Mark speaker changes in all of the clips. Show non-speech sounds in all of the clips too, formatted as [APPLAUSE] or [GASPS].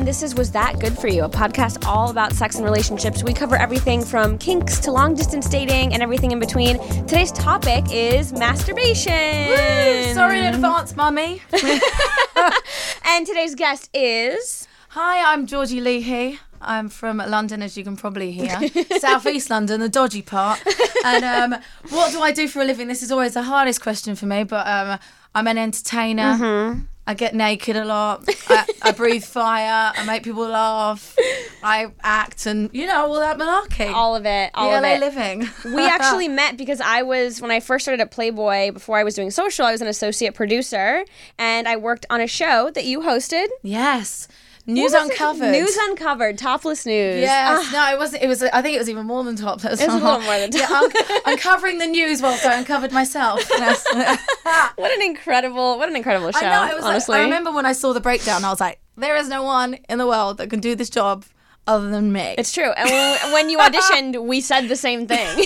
Speaker 1: This is Was That Good For You, a podcast all about sex and relationships. We cover everything from kinks to long distance dating and everything in between. Today's topic is masturbation.
Speaker 2: Woo! Sorry in advance, mummy.
Speaker 1: And today's guest is.
Speaker 2: Hi, I'm Georgie Leahy. I'm from London, as you can probably hear,
Speaker 1: [LAUGHS]
Speaker 2: southeast London, the dodgy part. And um, what do I do for a living? This is always the hardest question for me. But um, I'm an entertainer.
Speaker 1: Mm-hmm.
Speaker 2: I get naked a lot. I, I breathe fire. I make people laugh. I act, and you know all that malarkey.
Speaker 1: All of it. All
Speaker 2: the
Speaker 1: of
Speaker 2: LA
Speaker 1: it.
Speaker 2: living.
Speaker 1: we
Speaker 2: [LAUGHS]
Speaker 1: actually met because I was when I first started at Playboy before I was doing social, I was an associate producer and I worked on a show that you hosted.
Speaker 2: yes, news
Speaker 1: What was it?
Speaker 2: uncovered.
Speaker 1: News uncovered, topless news.
Speaker 2: Yes, no, it wasn't. It was. I think it was even more than top. It was
Speaker 1: a little Ah. more than
Speaker 2: [LAUGHS] Yeah, un- uncovering the news whilst I uncovered
Speaker 1: [LAUGHS]
Speaker 2: myself. Yes. [LAUGHS]
Speaker 1: Ah, what an incredible, what an incredible show.
Speaker 2: I know. It was.
Speaker 1: honestly,
Speaker 2: Like, I remember when I saw the breakdown. I was like, there is no one in the world that can do this job other than me.
Speaker 1: it's true. And when, when you auditioned, we said the same thing.
Speaker 2: [LAUGHS] I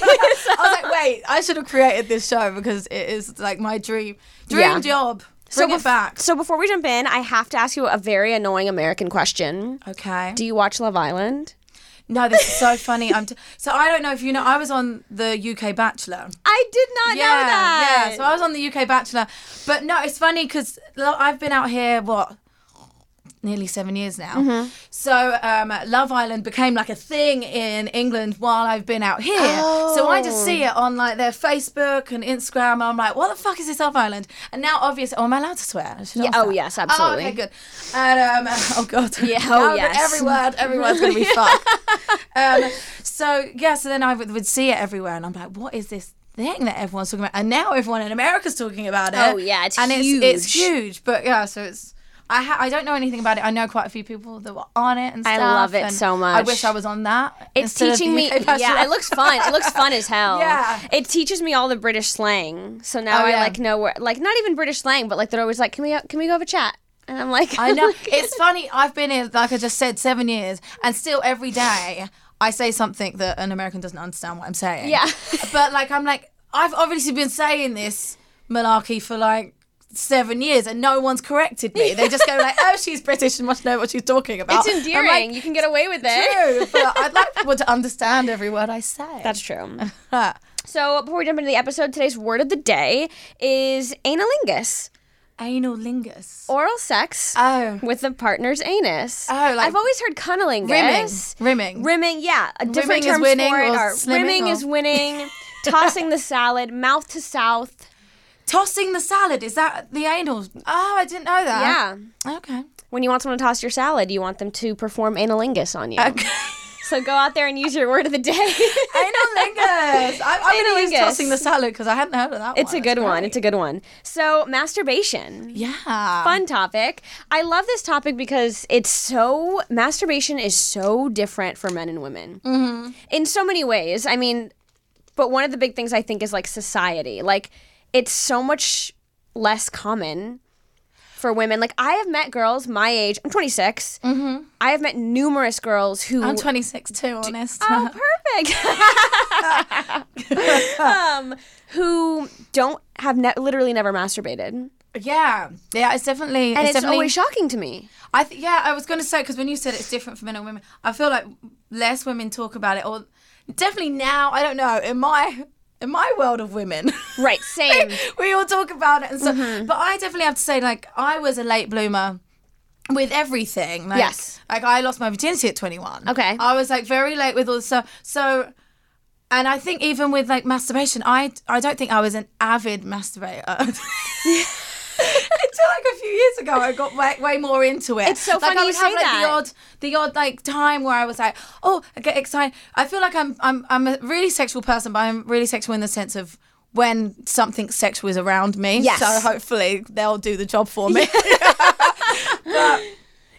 Speaker 2: was like, wait, I should have created this show because it is like my dream, dream
Speaker 1: Yeah.
Speaker 2: job. Bring
Speaker 1: bef-
Speaker 2: it back.
Speaker 1: So before we jump in, I have to ask you a very annoying American question.
Speaker 2: Okay.
Speaker 1: Do you watch Love Island?
Speaker 2: no, this is so funny. I'm t- so I don't know if you know. I was on the UK Bachelor.
Speaker 1: I did not know that.
Speaker 2: Yeah, so I was on the UK Bachelor. But no, it's funny because I've been out here, what, nearly seven years now.
Speaker 1: Mm-hmm.
Speaker 2: So um, Love Island became like a thing in England while I've been out here. So I just see it on like their Facebook and Instagram. I'm like, what the fuck is this Love Island? And now, obviously, oh, am I allowed to swear? I should ask
Speaker 1: oh,
Speaker 2: that.
Speaker 1: yes,
Speaker 2: Oh,
Speaker 1: absolutely.
Speaker 2: okay, good. And, um, [LAUGHS] oh, God. Yeah,
Speaker 1: oh, yes.
Speaker 2: Every word, every
Speaker 1: [LAUGHS]
Speaker 2: word's going to be fuck. Um, so yeah, so then I would, would see it everywhere, and I'm like, what is this thing that everyone's talking about? And now everyone in America's talking about it.
Speaker 1: Oh, yeah, it's
Speaker 2: and It's, it's
Speaker 1: huge.
Speaker 2: huge, but yeah, so it's. I, ha- I don't know anything about it. I know quite a few people that were on it and
Speaker 1: I
Speaker 2: stuff.
Speaker 1: love it
Speaker 2: and
Speaker 1: so
Speaker 2: I
Speaker 1: much.
Speaker 2: wish I was on that.
Speaker 1: It's
Speaker 2: instead of
Speaker 1: teaching
Speaker 2: the
Speaker 1: me.
Speaker 2: UK Bachelor.
Speaker 1: [LAUGHS] Yeah, it looks fun. It looks fun as hell.
Speaker 2: [LAUGHS] Yeah.
Speaker 1: It teaches me all the British slang. So now
Speaker 2: Oh,
Speaker 1: I
Speaker 2: yeah.
Speaker 1: like know where, like not even British slang, but like they're always like, can we can we go have a chat? And I'm like, [LAUGHS]
Speaker 2: I know. it's funny. I've been here, like I just said, seven years, and still every day I say something that an American doesn't understand what I'm saying.
Speaker 1: Yeah. [LAUGHS]
Speaker 2: but like, I'm like, I've obviously been saying this malarkey for like seven years, and no one's corrected me. They just go like, "Oh, she's British and must know what she's talking about."
Speaker 1: it's endearing.
Speaker 2: I'm like,
Speaker 1: you can get away with it.
Speaker 2: True, but I'd like people to understand every word I say.
Speaker 1: That's true.
Speaker 2: Huh.
Speaker 1: So before we jump into the episode, today's word of the day is analingus,
Speaker 2: anal lingus.
Speaker 1: oral sex
Speaker 2: Oh.
Speaker 1: with the partner's anus.
Speaker 2: Oh, like-
Speaker 1: I've always heard cunnilingus.
Speaker 2: Rimming. Rimming.
Speaker 1: Rimming, yeah. A different
Speaker 2: Rimming is
Speaker 1: terms
Speaker 2: winning
Speaker 1: for it
Speaker 2: or
Speaker 1: are
Speaker 2: slimming
Speaker 1: rimming
Speaker 2: or-
Speaker 1: is winning,
Speaker 2: [LAUGHS]
Speaker 1: tossing the salad, mouth to south.
Speaker 2: Tossing the salad is that the anal? Oh, I didn't know that.
Speaker 1: Yeah.
Speaker 2: Yeah. Okay.
Speaker 1: When you want someone to toss your salad, you want them to perform analingus on you.
Speaker 2: [LAUGHS]
Speaker 1: So go out there and use your word of the day.
Speaker 2: Analingus. I, I'm going to use
Speaker 1: Analingus.
Speaker 2: tossing the salad because I hadn't heard of that
Speaker 1: it's
Speaker 2: one.
Speaker 1: a good
Speaker 2: That's
Speaker 1: one.
Speaker 2: great.
Speaker 1: It's a good one. So masturbation.
Speaker 2: yeah.
Speaker 1: Fun topic. I love this topic because it's so masturbation is so different for men and women in so many ways. I mean, but one of the big things I think is like society. Like it's so much less common for women. Like I have met girls my age. I'm 26. Mm-hmm. I have met numerous girls who
Speaker 2: I'm 26 too, honest.
Speaker 1: Oh, [LAUGHS] perfect. [LAUGHS] um, who don't have ne- literally never masturbated, and
Speaker 2: yeah. Yeah, it's definitely.
Speaker 1: it's,
Speaker 2: definitely,
Speaker 1: always shocking to me.
Speaker 2: I th- yeah, I was going to say because when you said it's different for men and women, I feel like less women talk about it, or definitely now. I don't know in my in my world of women. [LAUGHS]
Speaker 1: Right, same.
Speaker 2: we all talk about it and stuff.
Speaker 1: Mm-hmm.
Speaker 2: But I definitely have to say, like, I was a late bloomer with everything. Like,
Speaker 1: Yes.
Speaker 2: Like, I lost my virginity at 21.
Speaker 1: Okay.
Speaker 2: I was, like, very late with all the stuff. So, and I think even with, like, masturbation, I, I don't think I was an avid masturbator.
Speaker 1: [LAUGHS]
Speaker 2: [LAUGHS] Until like a few years ago, I got way, way more into it.
Speaker 1: It's so
Speaker 2: like,
Speaker 1: funny
Speaker 2: I
Speaker 1: you
Speaker 2: would
Speaker 1: say
Speaker 2: have, like,
Speaker 1: that.
Speaker 2: The odd, the odd like time where I was like, oh, I get excited. I feel like I'm, I'm, I'm a really sexual person, but I'm really sexual in the sense of when something sexual is around me.
Speaker 1: Yes.
Speaker 2: So hopefully they'll do the job for me. [LAUGHS]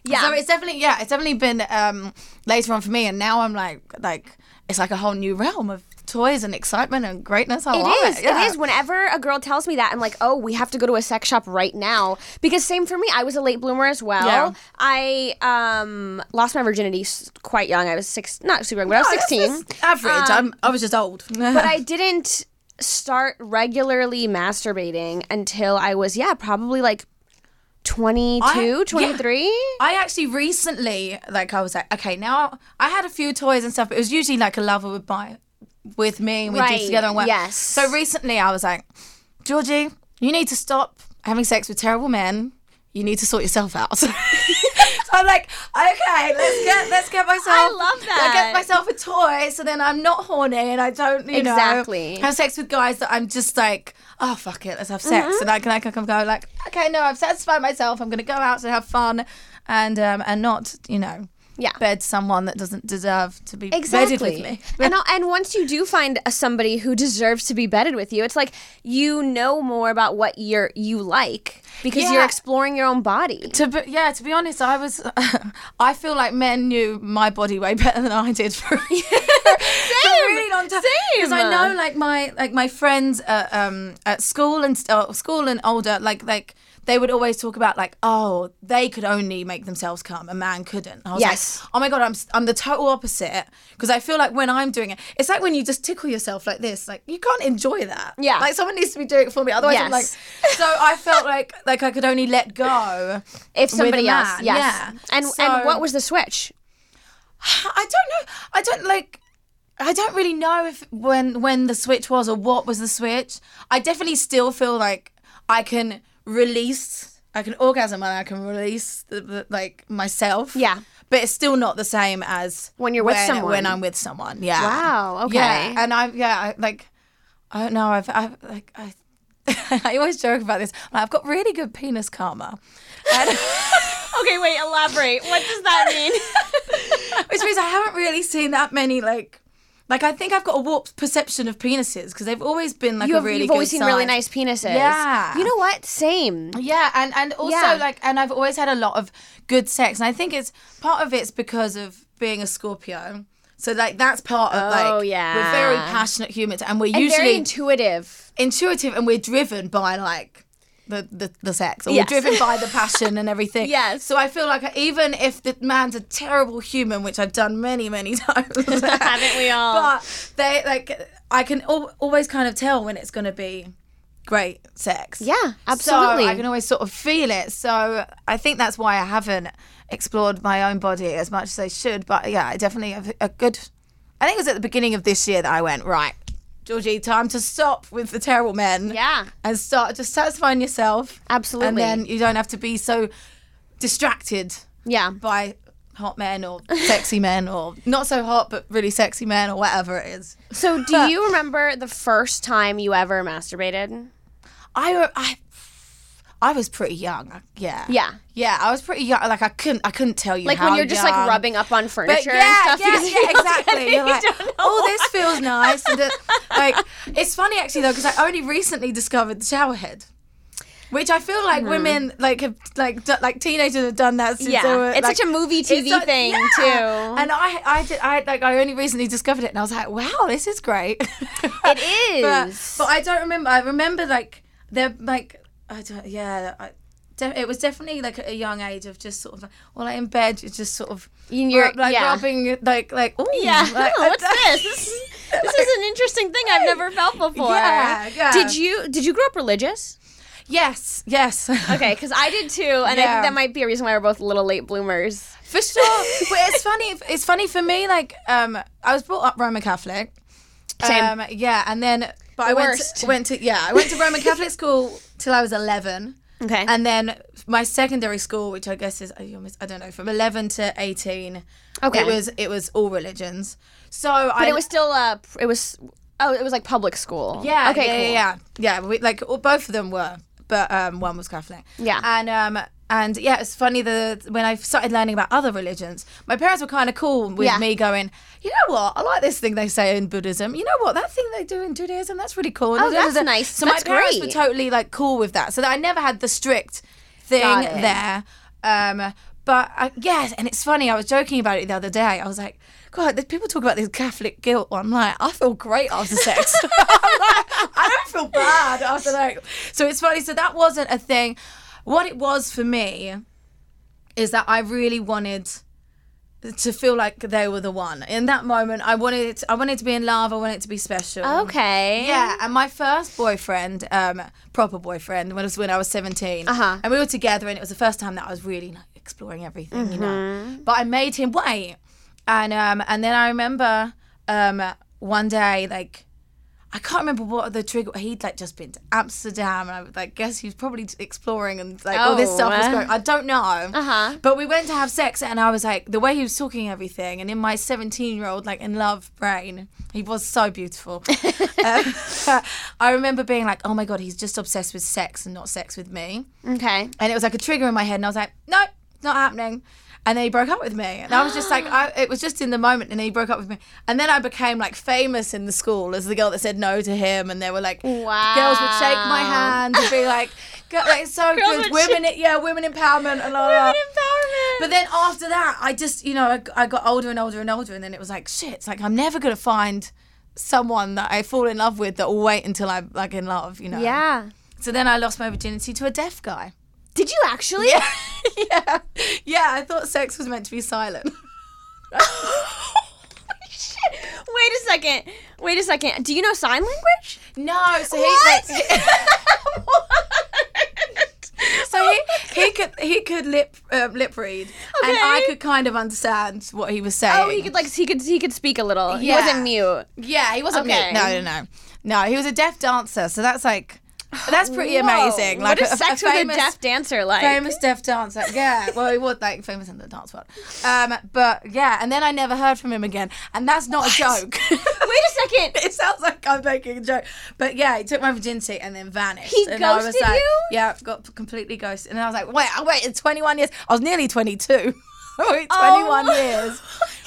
Speaker 1: Yeah.
Speaker 2: So it's definitely yeah, it's definitely been um, later on for me, and now I'm like like it's like a whole new realm of toys and excitement and greatness. I
Speaker 1: It
Speaker 2: love
Speaker 1: is.
Speaker 2: It, yeah.
Speaker 1: It is. Whenever a girl tells me that, I'm like, oh, we have to go to a sex shop right now. Because same for me, I was a late bloomer as well.
Speaker 2: Yeah.
Speaker 1: I um lost my virginity s- quite young. I was six, not super young, but I was
Speaker 2: Oh, this
Speaker 1: 16.
Speaker 2: is Average. I'm, I was just old.
Speaker 1: Um, but I didn't start regularly masturbating until I was, yeah, probably like 22,
Speaker 2: I-
Speaker 1: 23?
Speaker 2: I actually recently, like, I was like, okay, now I had a few toys and stuff, but it was usually like a lover would buy with me and we
Speaker 1: Right,
Speaker 2: did together and went.
Speaker 1: yes.
Speaker 2: So recently I was like, Georgie, you need to stop having sex with terrible men. You need to sort yourself out. [LAUGHS] so I'm like, okay, let's get let's get myself.
Speaker 1: love
Speaker 2: I'll
Speaker 1: that.
Speaker 2: get myself a toy, so then I'm not horny and I don't, you know,
Speaker 1: Exactly.
Speaker 2: have sex with guys that I'm just like, oh fuck it, let's have sex,
Speaker 1: Mm-hmm.
Speaker 2: and I can I can go like, okay, no, I've satisfied myself. I'm gonna go out and have fun, and um and not, you know,
Speaker 1: Yeah.
Speaker 2: bed someone that doesn't deserve to be bedded with
Speaker 1: Exactly.
Speaker 2: me.
Speaker 1: [LAUGHS] and, I'll- and once you do find a, somebody who deserves to be bedded with you, it's like you know more about what you're you like because you're
Speaker 2: Yeah.
Speaker 1: exploring your own body.
Speaker 2: To be, yeah, to be honest, I was. [LAUGHS] I feel like men knew my body way better than I did for, [LAUGHS] for a really long time. Because I
Speaker 1: same.
Speaker 2: know, like my like my friends at, um, at school and st- uh, school and older, like like they would always talk about like, oh, they could only make themselves come, a man couldn't. I was
Speaker 1: Yes.
Speaker 2: like, oh my god, I'm s- I'm the total opposite because I feel like when I'm doing it, it's like when you just tickle yourself like this, like you can't enjoy that.
Speaker 1: Yeah.
Speaker 2: like someone needs to be doing it for me, otherwise I'm like.
Speaker 1: Yes.
Speaker 2: So I felt like like I could only let go
Speaker 1: If somebody
Speaker 2: with a
Speaker 1: else,
Speaker 2: man,
Speaker 1: yes.
Speaker 2: yeah.
Speaker 1: And
Speaker 2: So-
Speaker 1: and what was the switch?
Speaker 2: I don't know. I don't like. I don't really know if when when the switch was or what was the switch. I definitely still feel like I can release. I can orgasm and I can release the, the, like myself.
Speaker 1: Yeah.
Speaker 2: But it's still not the same as
Speaker 1: When you're with
Speaker 2: when-
Speaker 1: someone.
Speaker 2: When I'm with someone. Yeah.
Speaker 1: Wow, okay.
Speaker 2: Yeah. And I yeah I, like I don't know. I've, I've like I. [LAUGHS] I always joke about this. I've got really good penis karma. And-
Speaker 1: Okay, wait, elaborate. What does [LAUGHS] that mean?
Speaker 2: Which means I haven't really seen that many like, like I think I've got a warped perception of penises because they've always been like
Speaker 1: you
Speaker 2: a
Speaker 1: have,
Speaker 2: really.
Speaker 1: you've always
Speaker 2: good
Speaker 1: seen really
Speaker 2: size.
Speaker 1: nice penises.
Speaker 2: Yeah.
Speaker 1: You know what? Same.
Speaker 2: Yeah, and and also
Speaker 1: Yeah.
Speaker 2: like, and I've always had a lot of good sex, and I think it's part of it's because of being a Scorpio. So like that's part of like
Speaker 1: Oh, yeah.
Speaker 2: we're very passionate humans, and we're
Speaker 1: And very
Speaker 2: usually
Speaker 1: intuitive.
Speaker 2: intuitive, and we're driven by like. The, the, the sex, or
Speaker 1: Yes.
Speaker 2: we're driven by the passion and
Speaker 1: [LAUGHS]
Speaker 2: everything.
Speaker 1: Yes.
Speaker 2: So I feel like even if the man's a terrible human, which I've done many, many [LAUGHS] times,
Speaker 1: [LAUGHS] Haven't we all?
Speaker 2: but they like I can al- always kind of tell when it's going to be great sex.
Speaker 1: Yeah, absolutely.
Speaker 2: So I can always sort of feel it. So I think that's why I haven't explored my own body as much as I should. But yeah, I definitely have a good. I think it was at the beginning of this year that I went right, Georgie. Time to stop with the terrible men.
Speaker 1: Yeah.
Speaker 2: and start just satisfying yourself.
Speaker 1: Absolutely.
Speaker 2: and then you don't have to be so distracted
Speaker 1: yeah.
Speaker 2: by hot men or sexy men or not so hot but really sexy men or whatever it is.
Speaker 1: So,
Speaker 2: [LAUGHS]
Speaker 1: do you remember the first time you ever masturbated?
Speaker 2: I I I was pretty young. Yeah.
Speaker 1: Yeah.
Speaker 2: Yeah, I was pretty young. Like I couldn't I couldn't tell you
Speaker 1: Like
Speaker 2: how
Speaker 1: when you're just like
Speaker 2: young.
Speaker 1: rubbing up on
Speaker 2: But
Speaker 1: furniture
Speaker 2: yeah,
Speaker 1: and stuff.
Speaker 2: yeah,
Speaker 1: because [LAUGHS]
Speaker 2: yeah, exactly. You're like,
Speaker 1: don't know
Speaker 2: oh, this feels nice. And it, like, it's funny actually though, because I only recently discovered the shower head, which I feel like women like have like d- like teenagers have done that since
Speaker 1: Mm-hmm. Yeah,
Speaker 2: they
Speaker 1: [LAUGHS]
Speaker 2: were,
Speaker 1: it's
Speaker 2: like-
Speaker 1: such a movie, TV
Speaker 2: such-
Speaker 1: thing, too.
Speaker 2: And I, I, did, I like, I only recently discovered it, and I was like, wow, this is great. [LAUGHS]
Speaker 1: It
Speaker 2: But,
Speaker 1: is.
Speaker 2: but I don't remember. I remember like they're like I don't. Yeah, I, de- it was definitely like at a young age of just sort of like, well, like in bed, you're just sort of
Speaker 1: In your-
Speaker 2: rub- like
Speaker 1: yeah.
Speaker 2: rubbing like like oh
Speaker 1: Yeah. [LAUGHS] Oh, what's
Speaker 2: [LAUGHS]
Speaker 1: this? This- This is an interesting thing I've never [LAUGHS] felt before.
Speaker 2: Yeah, yeah.
Speaker 1: Did you did you grow up religious?
Speaker 2: [LAUGHS] Yes, yes.
Speaker 1: Okay, because I did too, and I
Speaker 2: Yeah.
Speaker 1: think that might be a reason why we're both little late bloomers.
Speaker 2: for sure. but it's funny. It's funny for me. Like um, I was brought up Roman Catholic.
Speaker 1: Same.
Speaker 2: Um, yeah, and then but I
Speaker 1: The
Speaker 2: went
Speaker 1: worst.
Speaker 2: to, went to yeah I went to Roman Catholic
Speaker 1: [LAUGHS]
Speaker 2: school till I was eleven.
Speaker 1: Okay.
Speaker 2: And then my secondary school, which I guess is I almost- I don't know, from eleven to eighteen,
Speaker 1: Okay.
Speaker 2: it was it was all religions. So
Speaker 1: but
Speaker 2: I
Speaker 1: it was still uh pr- it was oh it was like public school.
Speaker 2: yeah
Speaker 1: Okay.
Speaker 2: yeah,
Speaker 1: cool.
Speaker 2: yeah yeah yeah we, like all, both of them were, but um, one was Catholic.
Speaker 1: Yeah.
Speaker 2: and um and yeah, it's funny that when I started learning about other religions, my parents were kind of cool with
Speaker 1: Yeah.
Speaker 2: me going, you know what, I like this thing they say in Buddhism. You know what, that thing they do in Judaism, that's really cool.
Speaker 1: Oh, that's nice.
Speaker 2: So
Speaker 1: That's
Speaker 2: my parents
Speaker 1: great.
Speaker 2: were totally like cool with that. So that I never had the strict thing
Speaker 1: Got it.
Speaker 2: there. Um, but I, yes, and it's funny. I was joking about it the other day. I was like, God, the people talk about this Catholic guilt. Well, I'm like, I feel great after sex. [LAUGHS] I'm like, I don't feel bad after that. So it's funny. So that wasn't a thing. What it was for me is that I really wanted to feel like they were the one. In that moment, I wanted it. I wanted it to be in love. I wanted it to be special.
Speaker 1: Okay.
Speaker 2: Yeah, and my first boyfriend, um, proper boyfriend, was when I was 17.
Speaker 1: Uh-huh.
Speaker 2: And we were together, and it was the first time that I was really like, exploring everything, you know. But I made him wait. And um, and then I remember um, one day, like, I can't remember what the trigger. He'd like just been to Amsterdam, and I was like, guess he was probably exploring and like all this
Speaker 1: Oh,
Speaker 2: stuff was
Speaker 1: uh.
Speaker 2: going. I don't know.
Speaker 1: Uh-huh.
Speaker 2: But we went to have sex, and I was like, the way he was talking and everything, and in my seventeen-year-old like in love brain, he was
Speaker 1: [LAUGHS]
Speaker 2: so beautiful. Um, [LAUGHS] I remember being like, oh my god, he's just obsessed with sex and not sex with me,
Speaker 1: Okay.
Speaker 2: and it was like a trigger in my head, and I was like, no, it's not happening. And then he broke up with me, and I was
Speaker 1: [GASPS]
Speaker 2: just like, I, it was just in the moment, and he broke up with me, and then I became like famous in the school as the girl that said no to him, and they were like,
Speaker 1: Wow.
Speaker 2: girls would shake my hand and be
Speaker 1: [LAUGHS]
Speaker 2: like, "Girl, like it's so
Speaker 1: Girls
Speaker 2: good,
Speaker 1: would
Speaker 2: women, yeah, women empowerment, and all that.
Speaker 1: empowerment.
Speaker 2: But then after that, I just, you know, I, I got older and older and older, and then it was like, shit, it's like I'm never gonna find someone that I fall in love with that will wait until I'm like in love, you know.
Speaker 1: yeah.
Speaker 2: So then I lost my virginity to a deaf guy.
Speaker 1: Did you actually? [LAUGHS]
Speaker 2: Yeah, [LAUGHS] yeah, yeah. I thought sex was meant to be silent.
Speaker 1: Shit. Wait a second. Wait a second. Do you know sign language?
Speaker 2: No, so he
Speaker 1: What?
Speaker 2: like, [LAUGHS]
Speaker 1: [LAUGHS]
Speaker 2: so he, he could he could lip um, lip read, and
Speaker 1: Okay.
Speaker 2: I could kind of understand what he was saying.
Speaker 1: Oh, he could like he could he could speak a little. He
Speaker 2: Yeah.
Speaker 1: wasn't mute.
Speaker 2: Yeah, he wasn't
Speaker 1: Okay.
Speaker 2: mute. No, no, no, no. He was a deaf dancer, so that's like, that's pretty
Speaker 1: Whoa.
Speaker 2: amazing.
Speaker 1: What
Speaker 2: Like
Speaker 1: is sex with
Speaker 2: famous-
Speaker 1: a deaf dancer like?
Speaker 2: famous deaf dancer. Yeah, well, he was like famous in the dance world. Um, but yeah, and then I never heard from him again, and that's not a joke.
Speaker 1: [LAUGHS]
Speaker 2: [LAUGHS]
Speaker 1: Wait a second.
Speaker 2: it sounds like I'm making a joke, but yeah, he took my virginity and then vanished.
Speaker 1: He
Speaker 2: and I was
Speaker 1: ghosted
Speaker 2: like,
Speaker 1: you?
Speaker 2: Yeah, got completely ghosted, and I was like, wait, I waited 21 years. I was nearly 22. [LAUGHS] I waited 21
Speaker 1: Oh. [LAUGHS]
Speaker 2: years.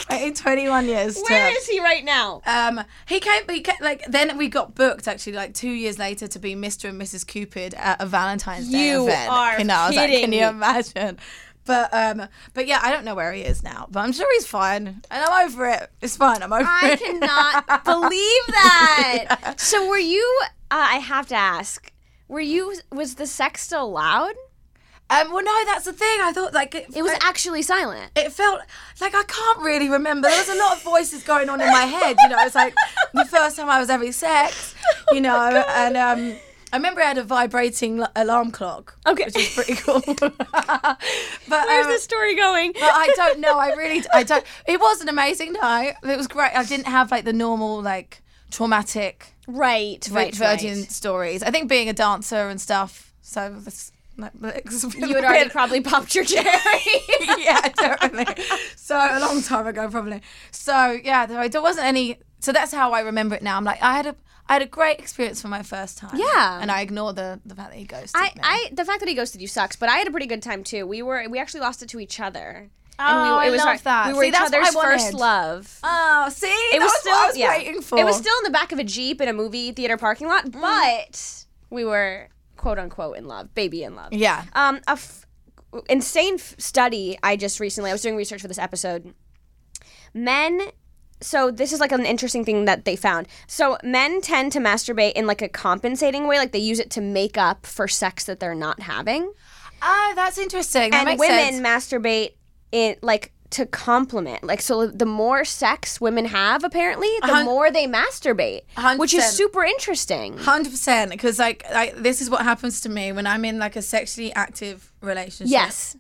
Speaker 2: Waited 21 years.
Speaker 1: Where
Speaker 2: to,
Speaker 1: is he right now?
Speaker 2: um, he came, he came, like, then we got booked actually, like, two years later to be Mr. and Mrs. Cupid at a Valentine's Day
Speaker 1: You
Speaker 2: event.
Speaker 1: are
Speaker 2: you know, I was like,
Speaker 1: kidding
Speaker 2: can you
Speaker 1: me."
Speaker 2: imagine? But, um, but yeah, I don't know where he is now, but I'm sure he's fine. And I'm over it. It's fine. I'm over
Speaker 1: I [LAUGHS]
Speaker 2: it.
Speaker 1: cannot
Speaker 2: [LAUGHS]
Speaker 1: believe [LAUGHS] that. So were you? Uh, I have to ask. Were you? Was the sex still loud?
Speaker 2: Um, well, no, that's the thing. I thought, like,
Speaker 1: It was actually silent.
Speaker 2: it felt like I can't really remember. There was a lot of voices going on in my head. You know, it's like the first time I was having sex.
Speaker 1: [LAUGHS] Oh
Speaker 2: You know, and um, I remember I had a vibrating l- alarm clock.
Speaker 1: [LAUGHS] Okay.
Speaker 2: which is pretty cool. [LAUGHS] but
Speaker 1: Where's
Speaker 2: um,
Speaker 1: the story going?
Speaker 2: But I don't know. I really, I don't. It was an amazing night. It was great. I didn't have like the normal like traumatic
Speaker 1: [LAUGHS] right,
Speaker 2: vi-
Speaker 1: right,
Speaker 2: virgin
Speaker 1: right.
Speaker 2: stories. I think being a dancer and stuff. So this, like, [LAUGHS] you
Speaker 1: You had [LAUGHS] already probably popped your cherry. [LAUGHS]
Speaker 2: [LAUGHS] yeah, definitely. So a long time ago, probably. So yeah, there, there wasn't any. So that's how I remember it now. I'm like, I had a, I had a great experience for my first time.
Speaker 1: Yeah.
Speaker 2: and I ignore the the fact that he ghosted
Speaker 1: I,
Speaker 2: me.
Speaker 1: I, the fact that he ghosted you sucks, but I had a pretty good time too. We were, we actually lost it to each other.
Speaker 2: Oh, I love
Speaker 1: our-
Speaker 2: that.
Speaker 1: We were
Speaker 2: See,
Speaker 1: each
Speaker 2: that's what I
Speaker 1: other's first
Speaker 2: wanted.
Speaker 1: love.
Speaker 2: oh, see,
Speaker 1: it was still
Speaker 2: what I was
Speaker 1: yeah.
Speaker 2: waiting for. Mm.
Speaker 1: It was still in the back of a jeep in a movie theater parking lot, but we were quote unquote in love, baby in love.
Speaker 2: yeah.
Speaker 1: Um, a f- insane f- study I just recently. I was doing research for this episode. Men. So this is like an interesting thing that they found. So men tend to masturbate in like a compensating way, like they use it to make up for sex that they're not having,
Speaker 2: Oh, that's interesting. That
Speaker 1: and
Speaker 2: makes
Speaker 1: women
Speaker 2: sense.
Speaker 1: masturbate in like to complement. Like so, the more sex women have, apparently, the
Speaker 2: hun-
Speaker 1: more they masturbate,
Speaker 2: hundred
Speaker 1: which is
Speaker 2: percent.
Speaker 1: super interesting.
Speaker 2: Hundred percent, because like, like this is what happens to me when I'm in like a sexually active relationship.
Speaker 1: Yes,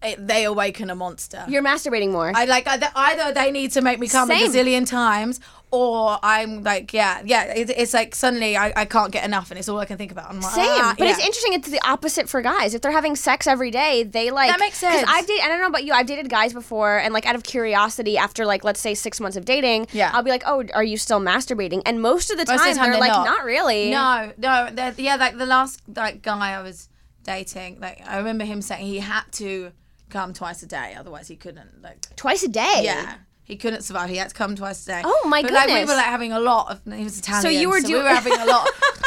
Speaker 2: It- they awaken a monster.
Speaker 1: you're masturbating more.
Speaker 2: I like either, either they need to make me come a
Speaker 1: Same.
Speaker 2: gazillion times, or I'm like, yeah, yeah. It, it's like suddenly I, I can't get enough, and it's all I can think about. I'm like,
Speaker 1: Same,
Speaker 2: ah,
Speaker 1: but it's
Speaker 2: yeah.
Speaker 1: interesting. It's the opposite for guys. If they're having sex every day, they like
Speaker 2: That makes
Speaker 1: 'cause
Speaker 2: sense.
Speaker 1: I've dated. I don't know about you. I've dated guys before, and like out of curiosity, after like let's say six months of dating,
Speaker 2: Yeah.
Speaker 1: I'll be like, "Oh, are you still masturbating?" And most of the time,
Speaker 2: Most of the time
Speaker 1: they're
Speaker 2: they're
Speaker 1: like, "Not,
Speaker 2: not.
Speaker 1: really."
Speaker 2: No, no, they're- yeah. Like the last like guy I was dating, like I remember him saying he had to come twice a day, otherwise he couldn't. Like,
Speaker 1: twice a day.
Speaker 2: yeah. He couldn't survive. He had to come twice a day.
Speaker 1: Oh, my
Speaker 2: but, Like, we
Speaker 1: goodness.
Speaker 2: were like having a lot of. He was Italian.
Speaker 1: you were
Speaker 2: We
Speaker 1: doing-
Speaker 2: were having a
Speaker 1: [LAUGHS]
Speaker 2: lot.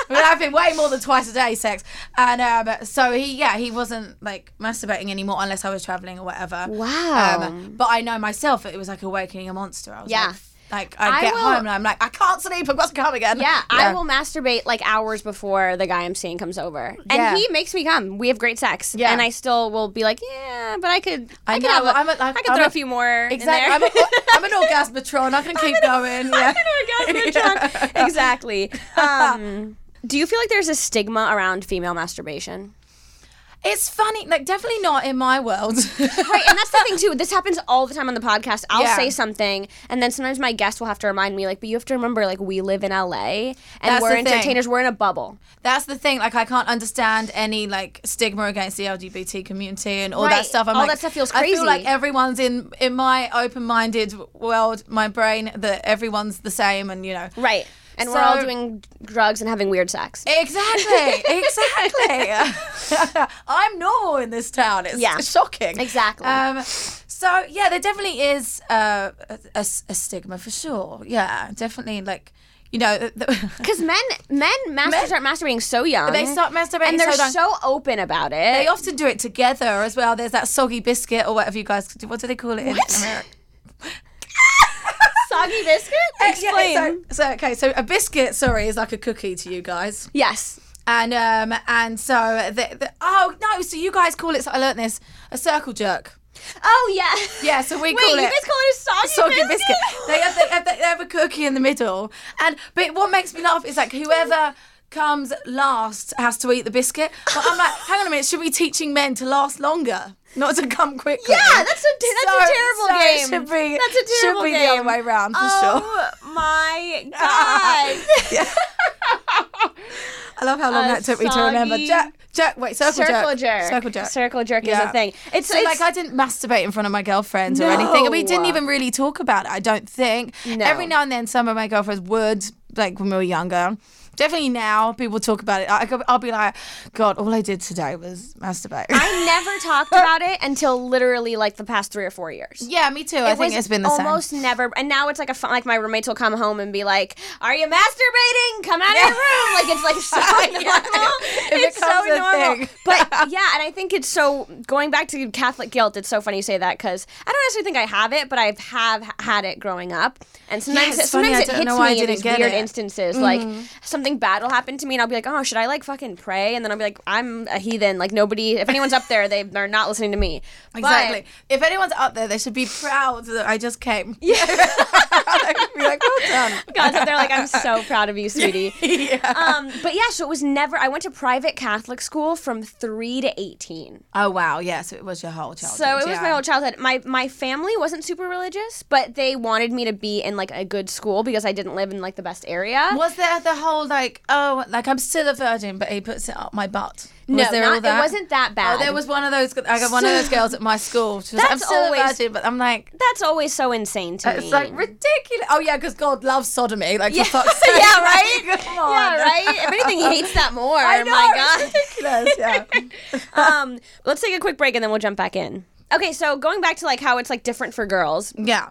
Speaker 2: we were having way more than twice a day sex, and um, so he, yeah, he wasn't like masturbating anymore unless I was traveling or whatever.
Speaker 1: Wow.
Speaker 2: Um, but I know myself, it was like awakening a monster. I was
Speaker 1: Yeah.
Speaker 2: like, Like I,
Speaker 1: I
Speaker 2: get
Speaker 1: will-
Speaker 2: home and I'm like, I can't sleep. I've got to come again.
Speaker 1: Yeah, I will [LAUGHS] masturbate like hours before the guy I'm seeing comes over, and
Speaker 2: Yeah.
Speaker 1: he makes me come. We have great sex,
Speaker 2: Yeah.
Speaker 1: and I still will be like, yeah, but I could, I,
Speaker 2: I
Speaker 1: could
Speaker 2: know,
Speaker 1: have, a,
Speaker 2: I'm a-
Speaker 1: I
Speaker 2: like,
Speaker 1: could
Speaker 2: I'm
Speaker 1: throw
Speaker 2: a-
Speaker 1: a few more
Speaker 2: Exactly.
Speaker 1: in
Speaker 2: I'm,
Speaker 1: there.
Speaker 2: a, I'm an orgasmatron. I can
Speaker 1: [LAUGHS]
Speaker 2: keep going. [LAUGHS] Yeah.
Speaker 1: I'm an orgasmatron. [LAUGHS] exactly. Um, do you feel like there's a stigma around female masturbation?
Speaker 2: It's funny. Like definitely not in my world.
Speaker 1: Right, and that's the thing too. This happens all the time on the podcast. I'll
Speaker 2: Yeah.
Speaker 1: say something, and then sometimes my guest will have to remind me, like, "But you have to remember, like, we live in LA, and
Speaker 2: That's
Speaker 1: we're
Speaker 2: the thing.
Speaker 1: entertainers. We're in a bubble."
Speaker 2: That's the thing. Like, I can't understand any like stigma against the LGBT community and all
Speaker 1: Right.
Speaker 2: that stuff. I'm
Speaker 1: All
Speaker 2: like,
Speaker 1: that stuff feels
Speaker 2: I
Speaker 1: crazy.
Speaker 2: feel like everyone's in in my open-minded world, my brain that everyone's the same, and you know,
Speaker 1: Right, and we're all
Speaker 2: So-
Speaker 1: doing drugs and having weird sex.
Speaker 2: exactly,
Speaker 1: [LAUGHS]
Speaker 2: exactly. [LAUGHS] I'm normal in this town. It's
Speaker 1: Yeah.
Speaker 2: shocking.
Speaker 1: Exactly.
Speaker 2: Um, so yeah, there definitely is uh, a, a s- a stigma for sure. Yeah, definitely. Like, you know, [LAUGHS] th- th-
Speaker 1: Because men, men, master start masturbating so young.
Speaker 2: they start masturbating
Speaker 1: and they're
Speaker 2: so young.
Speaker 1: so open about it.
Speaker 2: They often do it together as well. There's that soggy biscuit or whatever you guys do. What do they call it in America?
Speaker 1: [LAUGHS] soggy biscuit. Explain.
Speaker 2: Yeah, so, so okay, so a biscuit, sorry, is like a cookie to you guys,
Speaker 1: yes.
Speaker 2: and um, and so the, the oh no, so you guys call it. So I learnt this a circle jerk.
Speaker 1: Oh yeah.
Speaker 2: Yeah, so we
Speaker 1: [LAUGHS] Wait,
Speaker 2: call
Speaker 1: you
Speaker 2: it.
Speaker 1: guys call it a soggy,
Speaker 2: soggy biscuit.
Speaker 1: biscuit?
Speaker 2: They, have, they, have, they have a cookie in the middle, and but what makes me laugh is like whoever comes last has to eat the biscuit. But I'm like, hang on a minute, should we teaching men to last longer, not to come quickly?
Speaker 1: Yeah, that's a te- that's a terrible
Speaker 2: it
Speaker 1: game.
Speaker 2: Should be,
Speaker 1: That's a terrible
Speaker 2: should be the other
Speaker 1: game.
Speaker 2: way around for sure.
Speaker 1: Oh
Speaker 2: [LAUGHS]
Speaker 1: my god.
Speaker 2: I love how long
Speaker 1: a
Speaker 2: that took me to remember.
Speaker 1: soggy-
Speaker 2: Jack, Jack, wait, circle,
Speaker 1: Circle
Speaker 2: jerk,
Speaker 1: jerk.
Speaker 2: circle jerk.
Speaker 1: Circle jerk is a
Speaker 2: Yeah.
Speaker 1: thing. It's,
Speaker 2: So
Speaker 1: it's
Speaker 2: like I didn't masturbate in front of my girlfriends or anything. and We didn't
Speaker 1: No.
Speaker 2: even really talk about it. I don't think.
Speaker 1: No.
Speaker 2: Every now and then, some of my girlfriends would like when we were younger. Definitely now, people talk about it. I, go- I'll be like, God, all I did today was masturbate.
Speaker 1: I never [LAUGHS] talked about it until literally like the past three or four years.
Speaker 2: [LAUGHS] yeah, me too. I think
Speaker 1: was
Speaker 2: it's been the
Speaker 1: almost never, and now it's like a fun, like my roommates will come home and be like, "Are you masturbating? Come out of your room!" Like it's like
Speaker 2: [LAUGHS]
Speaker 1: so normal.
Speaker 2: It
Speaker 1: it's so
Speaker 2: becomes a
Speaker 1: normal.
Speaker 2: thing. [LAUGHS]
Speaker 1: But yeah, and I think it's so going back to Catholic guilt. It's so funny you say that because I don't necessarily think I have it, but I have had it growing up, and sometimes
Speaker 2: it's funny,
Speaker 1: sometimes
Speaker 2: I
Speaker 1: it
Speaker 2: don't
Speaker 1: hits
Speaker 2: know why I
Speaker 1: me in
Speaker 2: didn't
Speaker 1: these
Speaker 2: get
Speaker 1: weird
Speaker 2: it. Mm-hmm.
Speaker 1: instances. Like something bad will happen to me, and I'll be like, "Oh, should I like fucking pray?" And then I'll be like, "I'm a heathen. Like nobody. If anyone's up there, they they're not listening to me." But-
Speaker 2: Exactly. if anyone's out there, they should be proud that I just came. Yeah. be [LAUGHS] like, well
Speaker 1: [LAUGHS]
Speaker 2: done.
Speaker 1: God's up there like, I'm
Speaker 2: [LAUGHS]
Speaker 1: so proud of you, sweetie.
Speaker 2: Yeah.
Speaker 1: Um, but yeah, so it was never. I went to private Catholic school from three to eighteen,
Speaker 2: Oh wow. Yeah. So it was your whole childhood.
Speaker 1: so it was
Speaker 2: Oh, yeah.
Speaker 1: my whole childhood. My my family wasn't super religious, but they wanted me to be in like a good school because I didn't live in like the best area.
Speaker 2: Was there the whole like oh like I'm still a virgin but he puts it up my butt?
Speaker 1: No,
Speaker 2: was there
Speaker 1: not-
Speaker 2: all that?
Speaker 1: it wasn't that bad.
Speaker 2: Oh, there was one of those. I got one of those girls at my school. She was like, I'm
Speaker 1: That's
Speaker 2: still
Speaker 1: always-
Speaker 2: a virgin, but I'm like
Speaker 1: That's always so insane to me.
Speaker 2: it's like ridiculous. Oh yeah, because God loves sodomy. Like for fuck's sake.
Speaker 1: [LAUGHS]
Speaker 2: [LAUGHS]
Speaker 1: yeah, right.
Speaker 2: Come on.
Speaker 1: yeah, right. If anything, he hates that more.
Speaker 2: [LAUGHS] I know,
Speaker 1: my
Speaker 2: it's
Speaker 1: God.
Speaker 2: ridiculous. Yeah.
Speaker 1: [LAUGHS] Um, let's take a quick break and then we'll jump back in. Okay, so going back to like how it's like different for girls.
Speaker 2: yeah.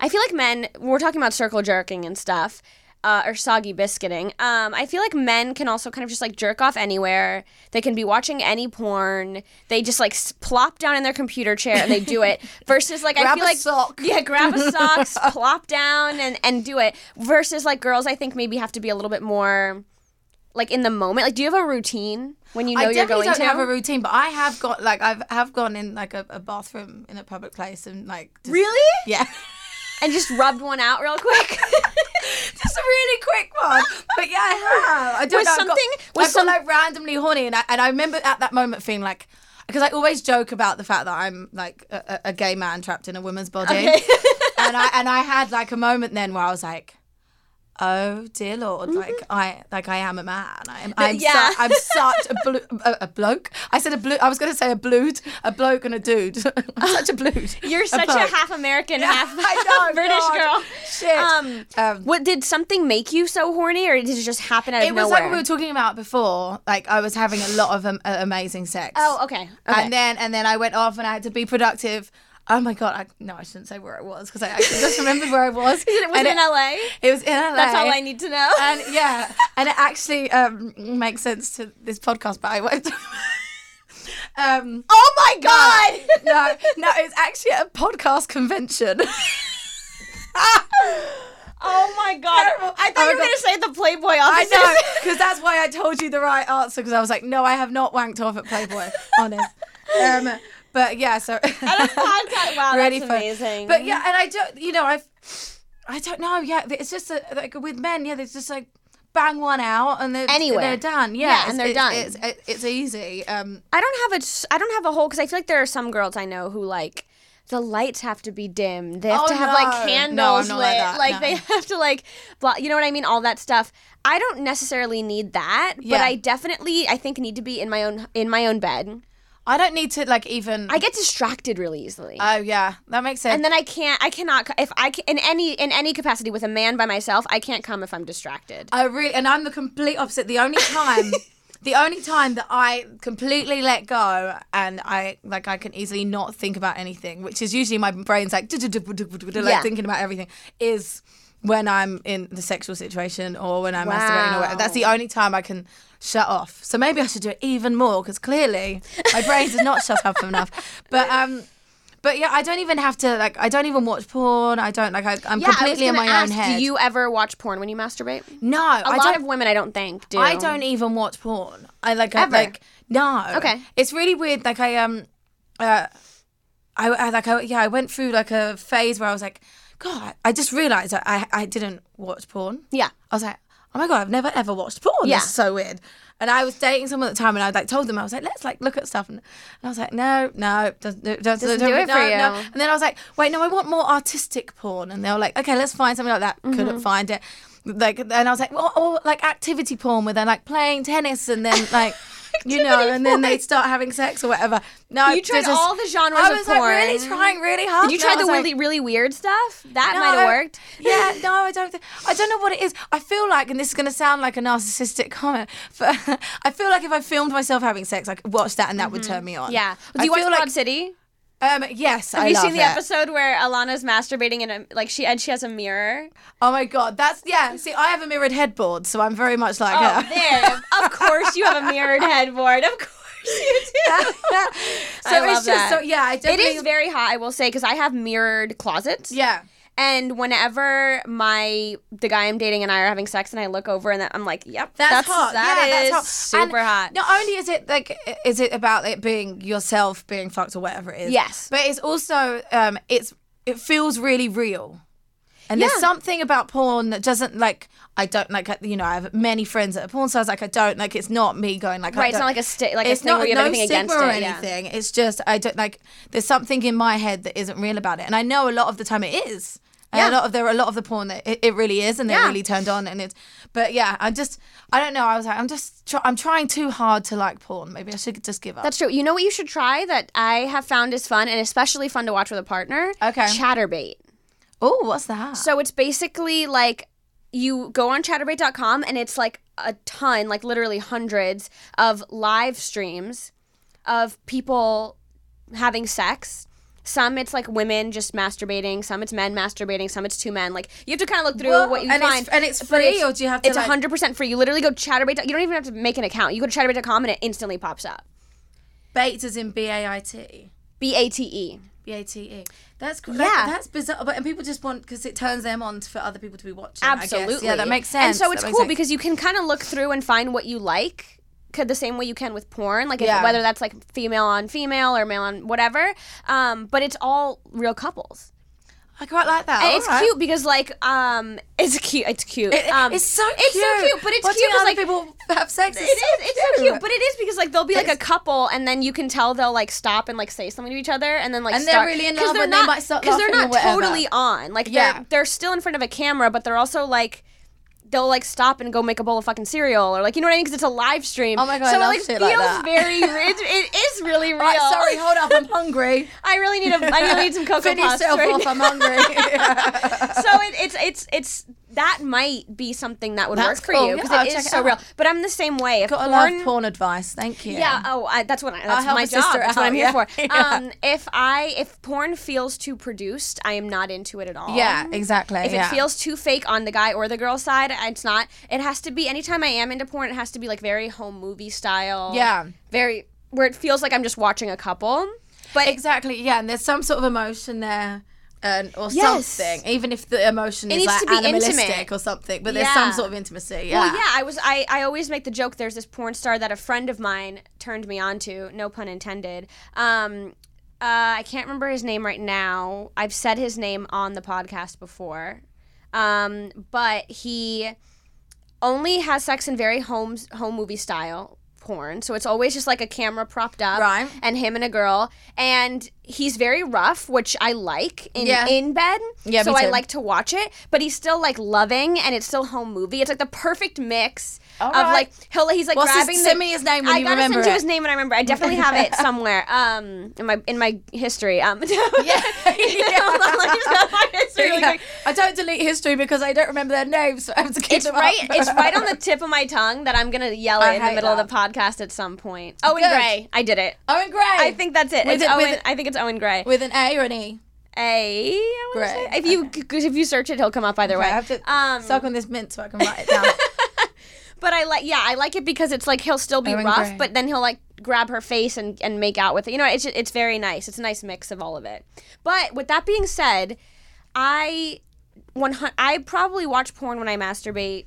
Speaker 1: I feel like men, when we're talking about circle jerking and stuff, uh, or soggy biscuiting. Um, I feel like men can also kind of just like jerk off anywhere. They can be watching any porn. They just like s- plop down in their computer chair and they do
Speaker 2: [LAUGHS]
Speaker 1: it. Versus like I
Speaker 2: Grab
Speaker 1: feel
Speaker 2: a
Speaker 1: like
Speaker 2: sock.
Speaker 1: yeah, grab a sock, s-
Speaker 2: [LAUGHS]
Speaker 1: plop down and and do it. Versus like girls, I think maybe have to be a little bit more like in the moment. Like, do you have a routine when you know
Speaker 2: I
Speaker 1: you're
Speaker 2: definitely
Speaker 1: going
Speaker 2: don't
Speaker 1: to?
Speaker 2: have a routine, but I have got like I've have gone in like a, a bathroom in a public place and like just,
Speaker 1: really?
Speaker 2: [LAUGHS] yeah.
Speaker 1: And just rubbed one out real
Speaker 2: [LAUGHS]
Speaker 1: quick. [LAUGHS]
Speaker 2: Just a really quick one. But yeah, I have. I don't
Speaker 1: Was
Speaker 2: know. I
Speaker 1: something-
Speaker 2: got,
Speaker 1: was
Speaker 2: I
Speaker 1: some-
Speaker 2: got like randomly horny, and I, and I remember at that moment feeling like. Because I always joke about the fact that I'm like a, a a gay man trapped in a woman's
Speaker 1: [LAUGHS]
Speaker 2: body, and I and I had like a moment then where I was like, "Oh dear lord, like I like I am a man. I'm I'm,
Speaker 1: Mm-hmm. yeah.
Speaker 2: su- I'm such a, blo- a, a bloke. I said a blue. I was going to say a blude, a bloke and a dude. [LAUGHS] I'm such a blude.
Speaker 1: You're such a,
Speaker 2: bloke.
Speaker 1: half American, [LAUGHS] half
Speaker 2: [LAUGHS] I know,
Speaker 1: British
Speaker 2: God.
Speaker 1: girl.
Speaker 2: Shit.
Speaker 1: Um,
Speaker 2: Um,
Speaker 1: what did something make you so horny, or did it just happen out of
Speaker 2: It was
Speaker 1: nowhere?
Speaker 2: like we were talking about before. Like I was having a lot of um, uh, amazing sex.
Speaker 1: oh, okay. okay.
Speaker 2: And then and then I went off and I had to be productive. Oh my god! I, no, I shouldn't say where it was because I actually just remembered where I [LAUGHS] was.
Speaker 1: it was
Speaker 2: And
Speaker 1: in LA.
Speaker 2: It was in LA.
Speaker 1: That's all I need to know.
Speaker 2: And yeah, and it actually um, makes sense to this podcast, but I won't. [LAUGHS] um,
Speaker 1: [LAUGHS] oh my god!
Speaker 2: no, no, it's actually at a podcast convention.
Speaker 1: [LAUGHS] Oh my god! I thought
Speaker 2: Oh my
Speaker 1: you were
Speaker 2: God.
Speaker 1: gonna say the Playboy
Speaker 2: I [LAUGHS]
Speaker 1: offices.
Speaker 2: know,
Speaker 1: [LAUGHS]
Speaker 2: because that's why I told you the right answer. Because I was like, no, I have not wanked off at Playboy, [LAUGHS] honest. Um, but yeah, [LAUGHS] so
Speaker 1: At a podcast. Wow,
Speaker 2: Ready
Speaker 1: Oh, that's
Speaker 2: for-
Speaker 1: amazing.
Speaker 2: But yeah, and I don't, you know, I've, I don't know. Yeah, it's just a, like with men, yeah, there's just like bang one out and they're
Speaker 1: Anywhere.
Speaker 2: they're done. Yeah,
Speaker 1: Yeah,
Speaker 2: it's-
Speaker 1: and they're
Speaker 2: it's,
Speaker 1: done.
Speaker 2: It's, it's, it's easy. Um,
Speaker 1: I don't have a s- I don't have a whole because I feel like there are some girls I know who like the lights have to be dim. They have
Speaker 2: Oh,
Speaker 1: to have
Speaker 2: no. No,
Speaker 1: like
Speaker 2: I'm
Speaker 1: candles
Speaker 2: not
Speaker 1: lit.
Speaker 2: like
Speaker 1: Like,
Speaker 2: that, no.
Speaker 1: they have to like blah, you know what I mean? All that stuff. I don't necessarily need that, but
Speaker 2: Yeah.
Speaker 1: I definitely I think need to be in my own in my own bed.
Speaker 2: I don't need to like even.
Speaker 1: I get distracted really easily.
Speaker 2: oh yeah, that makes sense.
Speaker 1: and then I can't. I cannot. c- If I can, in any in any capacity with a man by myself, I can't come if I'm distracted.
Speaker 2: I really, and I'm the complete opposite. The
Speaker 1: [LAUGHS]
Speaker 2: only time, the only time that I completely let go and I like I can easily not think about anything, which is usually my brain's like, like
Speaker 1: Yeah.
Speaker 2: thinking about everything, is when I'm in the sexual situation or when I'm masturbating or whatever. That's the
Speaker 1: Wow.
Speaker 2: only time I can shut off. So maybe I should do it even more because clearly my brain does not shut up enough. But um. But yeah, I don't even have to like. I don't even watch porn. I don't like. I, I'm
Speaker 1: I was
Speaker 2: completely in
Speaker 1: gonna
Speaker 2: my
Speaker 1: ask,
Speaker 2: own head.
Speaker 1: Do you ever watch porn when you masturbate?
Speaker 2: no,
Speaker 1: A
Speaker 2: I
Speaker 1: lot
Speaker 2: don't
Speaker 1: of women, I don't think, do.
Speaker 2: I don't even watch porn. I like
Speaker 1: Ever?
Speaker 2: I, like no.
Speaker 1: Okay.
Speaker 2: It's really weird. Like I um, uh, I, I like I, yeah I went through like a phase where I was like, God, I just realized I I, I didn't watch porn.
Speaker 1: Yeah.
Speaker 2: I was like, oh my god, I've never ever watched porn.
Speaker 1: Yeah.
Speaker 2: This is so weird. And I was dating someone at the time, and I like told them I was like, let's like look at stuff, and, and I was like, no, no, doesn't, do- doesn't,
Speaker 1: Doesn't do it
Speaker 2: no,
Speaker 1: for you.
Speaker 2: no. And then I was like, wait, no, I want more artistic porn, and they were like, okay, let's find something like that.
Speaker 1: Mm-hmm.
Speaker 2: Couldn't find it. Like, and I was like, well, or like activity porn, where they're like playing tennis, and
Speaker 1: [LAUGHS]
Speaker 2: then like. You know,
Speaker 1: Activity
Speaker 2: and then they
Speaker 1: porn.
Speaker 2: start having sex or whatever. No,
Speaker 1: You tried
Speaker 2: there's
Speaker 1: all the genres
Speaker 2: I
Speaker 1: of
Speaker 2: was like really
Speaker 1: porn.
Speaker 2: trying really hard.
Speaker 1: Did you
Speaker 2: And I
Speaker 1: try the
Speaker 2: was like-
Speaker 1: really really weird stuff? That
Speaker 2: no,
Speaker 1: might have worked.
Speaker 2: [LAUGHS] Yeah, no, I don't. Think, I don't know what it is. I feel like, and this is going to sound like a narcissistic comment, [LAUGHS] but I feel like if I filmed myself having sex, I could watch that, and that would turn me on.
Speaker 1: Mm-hmm. Yeah. Do
Speaker 2: I
Speaker 1: you watch
Speaker 2: feel
Speaker 1: Broad
Speaker 2: like,
Speaker 1: City?
Speaker 2: um, yes,
Speaker 1: Have
Speaker 2: I
Speaker 1: you
Speaker 2: love
Speaker 1: seen the
Speaker 2: it.
Speaker 1: episode where Alana's masturbating in a like she and she has a mirror?
Speaker 2: Oh my god, that's yeah. See, I have a mirrored headboard, so I'm very much like
Speaker 1: Oh,
Speaker 2: her.
Speaker 1: there. [LAUGHS] of course you have a mirrored headboard. Of course you [LAUGHS] do.
Speaker 2: [LAUGHS]
Speaker 1: I
Speaker 2: so
Speaker 1: love
Speaker 2: it's just
Speaker 1: that.
Speaker 2: so yeah. I
Speaker 1: It
Speaker 2: definitely,
Speaker 1: is very hot, I will say, because I have mirrored closets.
Speaker 2: yeah.
Speaker 1: And whenever my the guy I'm dating and I are having sex, and I look over and I'm like, "Yep,
Speaker 2: That's, hot.
Speaker 1: that
Speaker 2: yeah,
Speaker 1: is
Speaker 2: that's hot. And
Speaker 1: super hot."
Speaker 2: Not only is it like, is it about it being yourself being fucked or whatever it is?
Speaker 1: Yes.
Speaker 2: But it's also, um, it's it feels really real. And
Speaker 1: Yeah.
Speaker 2: there's something about porn that doesn't like. I don't like. You know, I have many friends that are porn stars. Like, I don't like. It's not me going like. I
Speaker 1: right, it's
Speaker 2: don't-
Speaker 1: not like a sti- like a
Speaker 2: it's
Speaker 1: thing
Speaker 2: not
Speaker 1: where you have
Speaker 2: no
Speaker 1: anything against
Speaker 2: stigma or
Speaker 1: it. yeah.
Speaker 2: anything. It's just I don't like. There's something in my head that isn't real about it, and I know a lot of the time it is. And
Speaker 1: Yeah.
Speaker 2: a lot of there are a lot of the porn that it, it really is, and they're
Speaker 1: Yeah.
Speaker 2: really turned on, and it's. But yeah, I just I don't know. I was like, I'm just try, I'm trying too hard to like porn. Maybe I should just give up.
Speaker 1: That's true. You know what you should try that I have found is fun and especially fun to watch with a partner?
Speaker 2: Okay.
Speaker 1: Chatterbait.
Speaker 2: oh, what's that?
Speaker 1: So it's basically like you go on chatterbait.com and it's like a ton, like literally hundreds of live streams of people having sex. Some it's like women just masturbating, some it's men masturbating, some it's two men. Like you have to kind of look through
Speaker 2: Whoa,
Speaker 1: what you
Speaker 2: and
Speaker 1: find.
Speaker 2: It's, and it's
Speaker 1: But
Speaker 2: free, or do you have to?
Speaker 1: It's
Speaker 2: like,
Speaker 1: hundred percent free. You literally go chatterbait. You don't even have to make an account. You go to chatterbait.com and it instantly pops up.
Speaker 2: bait as in B A I T.
Speaker 1: B A T E.
Speaker 2: B A T E. That's cool.
Speaker 1: Yeah.
Speaker 2: that's bizarre. But and people just want because it turns them on for other people to be watching. I guess.
Speaker 1: Absolutely.
Speaker 2: Yeah, that makes sense.
Speaker 1: And so
Speaker 2: That
Speaker 1: it's
Speaker 2: makes
Speaker 1: cool
Speaker 2: sense.
Speaker 1: because you can kind of look through and find what you like. Could the same way you can with porn, like if,
Speaker 2: Yeah.
Speaker 1: whether that's like female on female or male on whatever, um, but it's all real couples.
Speaker 2: I quite like that.
Speaker 1: And
Speaker 2: All
Speaker 1: it's
Speaker 2: right.
Speaker 1: cute because like um, [LAUGHS] it's cute. It's cute.
Speaker 2: It-
Speaker 1: um,
Speaker 2: it's so cute.
Speaker 1: It's so cute, but it's
Speaker 2: Watching
Speaker 1: cute because
Speaker 2: other
Speaker 1: like
Speaker 2: people have sex.
Speaker 1: it is. It's so cute, but it is because like they'll be like a
Speaker 2: It's-
Speaker 1: couple, and then you can tell they'll like stop and like say something to each other, and then like
Speaker 2: And they're
Speaker 1: start-
Speaker 2: really in
Speaker 1: 'cause
Speaker 2: love
Speaker 1: they're
Speaker 2: and they
Speaker 1: not-
Speaker 2: might start
Speaker 1: they're
Speaker 2: laughing or
Speaker 1: not
Speaker 2: whatever.
Speaker 1: totally on. Like
Speaker 2: Yeah.
Speaker 1: they're they're still in front of a camera, but they're also like. They'll like stop and go make a bowl of fucking cereal, or like you know what I mean, because it's a live stream.
Speaker 2: Oh my God, I
Speaker 1: so
Speaker 2: love
Speaker 1: it like
Speaker 2: shit
Speaker 1: feels
Speaker 2: like that. [LAUGHS]
Speaker 1: very real. It is really real.
Speaker 2: Right, sorry, hold up.
Speaker 1: [LAUGHS]
Speaker 2: I'm hungry.
Speaker 1: I really need a. I really need
Speaker 2: [LAUGHS]
Speaker 1: some cocoa
Speaker 2: Finish
Speaker 1: puffs.
Speaker 2: yourself
Speaker 1: right
Speaker 2: off.
Speaker 1: now.
Speaker 2: I'm
Speaker 1: [LAUGHS]
Speaker 2: hungry.
Speaker 1: so it, it's it's it's that might be something that would
Speaker 2: That's
Speaker 1: work for
Speaker 2: cool.
Speaker 1: you
Speaker 2: Yeah,
Speaker 1: because
Speaker 2: I'll
Speaker 1: it is
Speaker 2: check it
Speaker 1: so
Speaker 2: out.
Speaker 1: real. But I'm the same way. If
Speaker 2: Gotta
Speaker 1: porn,
Speaker 2: love porn advice. Thank you.
Speaker 1: Yeah. Oh, I, that's what I. That's
Speaker 2: help
Speaker 1: my uh,
Speaker 2: a
Speaker 1: job.
Speaker 2: sister
Speaker 1: That's what
Speaker 2: out,
Speaker 1: I'm here
Speaker 2: yeah.
Speaker 1: for. [LAUGHS]
Speaker 2: Yeah.
Speaker 1: Um, if I if porn feels too produced, I am not into it at all.
Speaker 2: Yeah. Exactly.
Speaker 1: If
Speaker 2: yeah.
Speaker 1: it feels too fake on the guy or the girl side, it's not. It has to be. Anytime I am into porn, it has to be like very home movie style.
Speaker 2: Yeah.
Speaker 1: Very where it feels like I'm just watching a couple. But
Speaker 2: Exactly. Yeah. And there's some sort of emotion there. uh, or
Speaker 1: Yes.
Speaker 2: something, even if the emotion is
Speaker 1: needs
Speaker 2: like
Speaker 1: to be
Speaker 2: animalistic
Speaker 1: intimate.
Speaker 2: or something. But there's some
Speaker 1: Yeah.
Speaker 2: sort of intimacy. Yeah.
Speaker 1: Well, yeah, I was. I, I always make the joke. There's this porn star that a friend of mine turned me on to. No pun intended. Um, uh, I can't remember his name right now. I've said his name on the podcast before, um, but he only has sex in very home home movie style porn. So it's always just like a camera propped up,
Speaker 2: Right.
Speaker 1: and him and a girl. And he's very rough, which I like in
Speaker 2: Yeah.
Speaker 1: in bed.
Speaker 2: Yeah,
Speaker 1: so
Speaker 2: me
Speaker 1: I
Speaker 2: too.
Speaker 1: like to watch it, but he's still like loving, and it's still home movie. It's like the perfect mix
Speaker 2: All
Speaker 1: of
Speaker 2: right.
Speaker 1: like he'll, he's like
Speaker 2: What's his-
Speaker 1: grabbing.
Speaker 2: send
Speaker 1: the,
Speaker 2: me his name when
Speaker 1: I
Speaker 2: you
Speaker 1: gotta
Speaker 2: remember
Speaker 1: send you
Speaker 2: it.
Speaker 1: his name when I remember. I definitely have
Speaker 2: [LAUGHS]
Speaker 1: it somewhere. Um, in my in my history. Um, [LAUGHS]
Speaker 2: Yeah.
Speaker 1: Hold on, let me
Speaker 2: [LAUGHS]
Speaker 1: just go to my history really
Speaker 2: Yeah.
Speaker 1: quick.
Speaker 2: I don't delete history because I don't remember their names, so I have to keep
Speaker 1: It's
Speaker 2: them
Speaker 1: right.
Speaker 2: up.
Speaker 1: It's right
Speaker 2: [LAUGHS]
Speaker 1: on the tip of my tongue that I'm gonna yell
Speaker 2: I
Speaker 1: it in the
Speaker 2: hate
Speaker 1: middle
Speaker 2: that.
Speaker 1: of the podcast at some point. Owen
Speaker 2: Good.
Speaker 1: Gray. I did it.
Speaker 2: Owen Gray.
Speaker 1: I think that's it.
Speaker 2: With
Speaker 1: It's
Speaker 2: it- with
Speaker 1: Owen.
Speaker 2: it-
Speaker 1: I think it's Owen Gray.
Speaker 2: with an A or an E.
Speaker 1: A. I wanna
Speaker 2: Gray.
Speaker 1: say. If you if you search it, he'll come up either way.
Speaker 2: I have to
Speaker 1: Um,
Speaker 2: suck on this mint so I can write it down.
Speaker 1: But I like, yeah, I like it because it's like he'll still be
Speaker 2: Owen
Speaker 1: rough,
Speaker 2: Gray.
Speaker 1: but then he'll like grab her face and, and make out with it. You know, it's it's very nice. It's a nice mix of all of it. But with that being said, I one I probably watch porn when I masturbate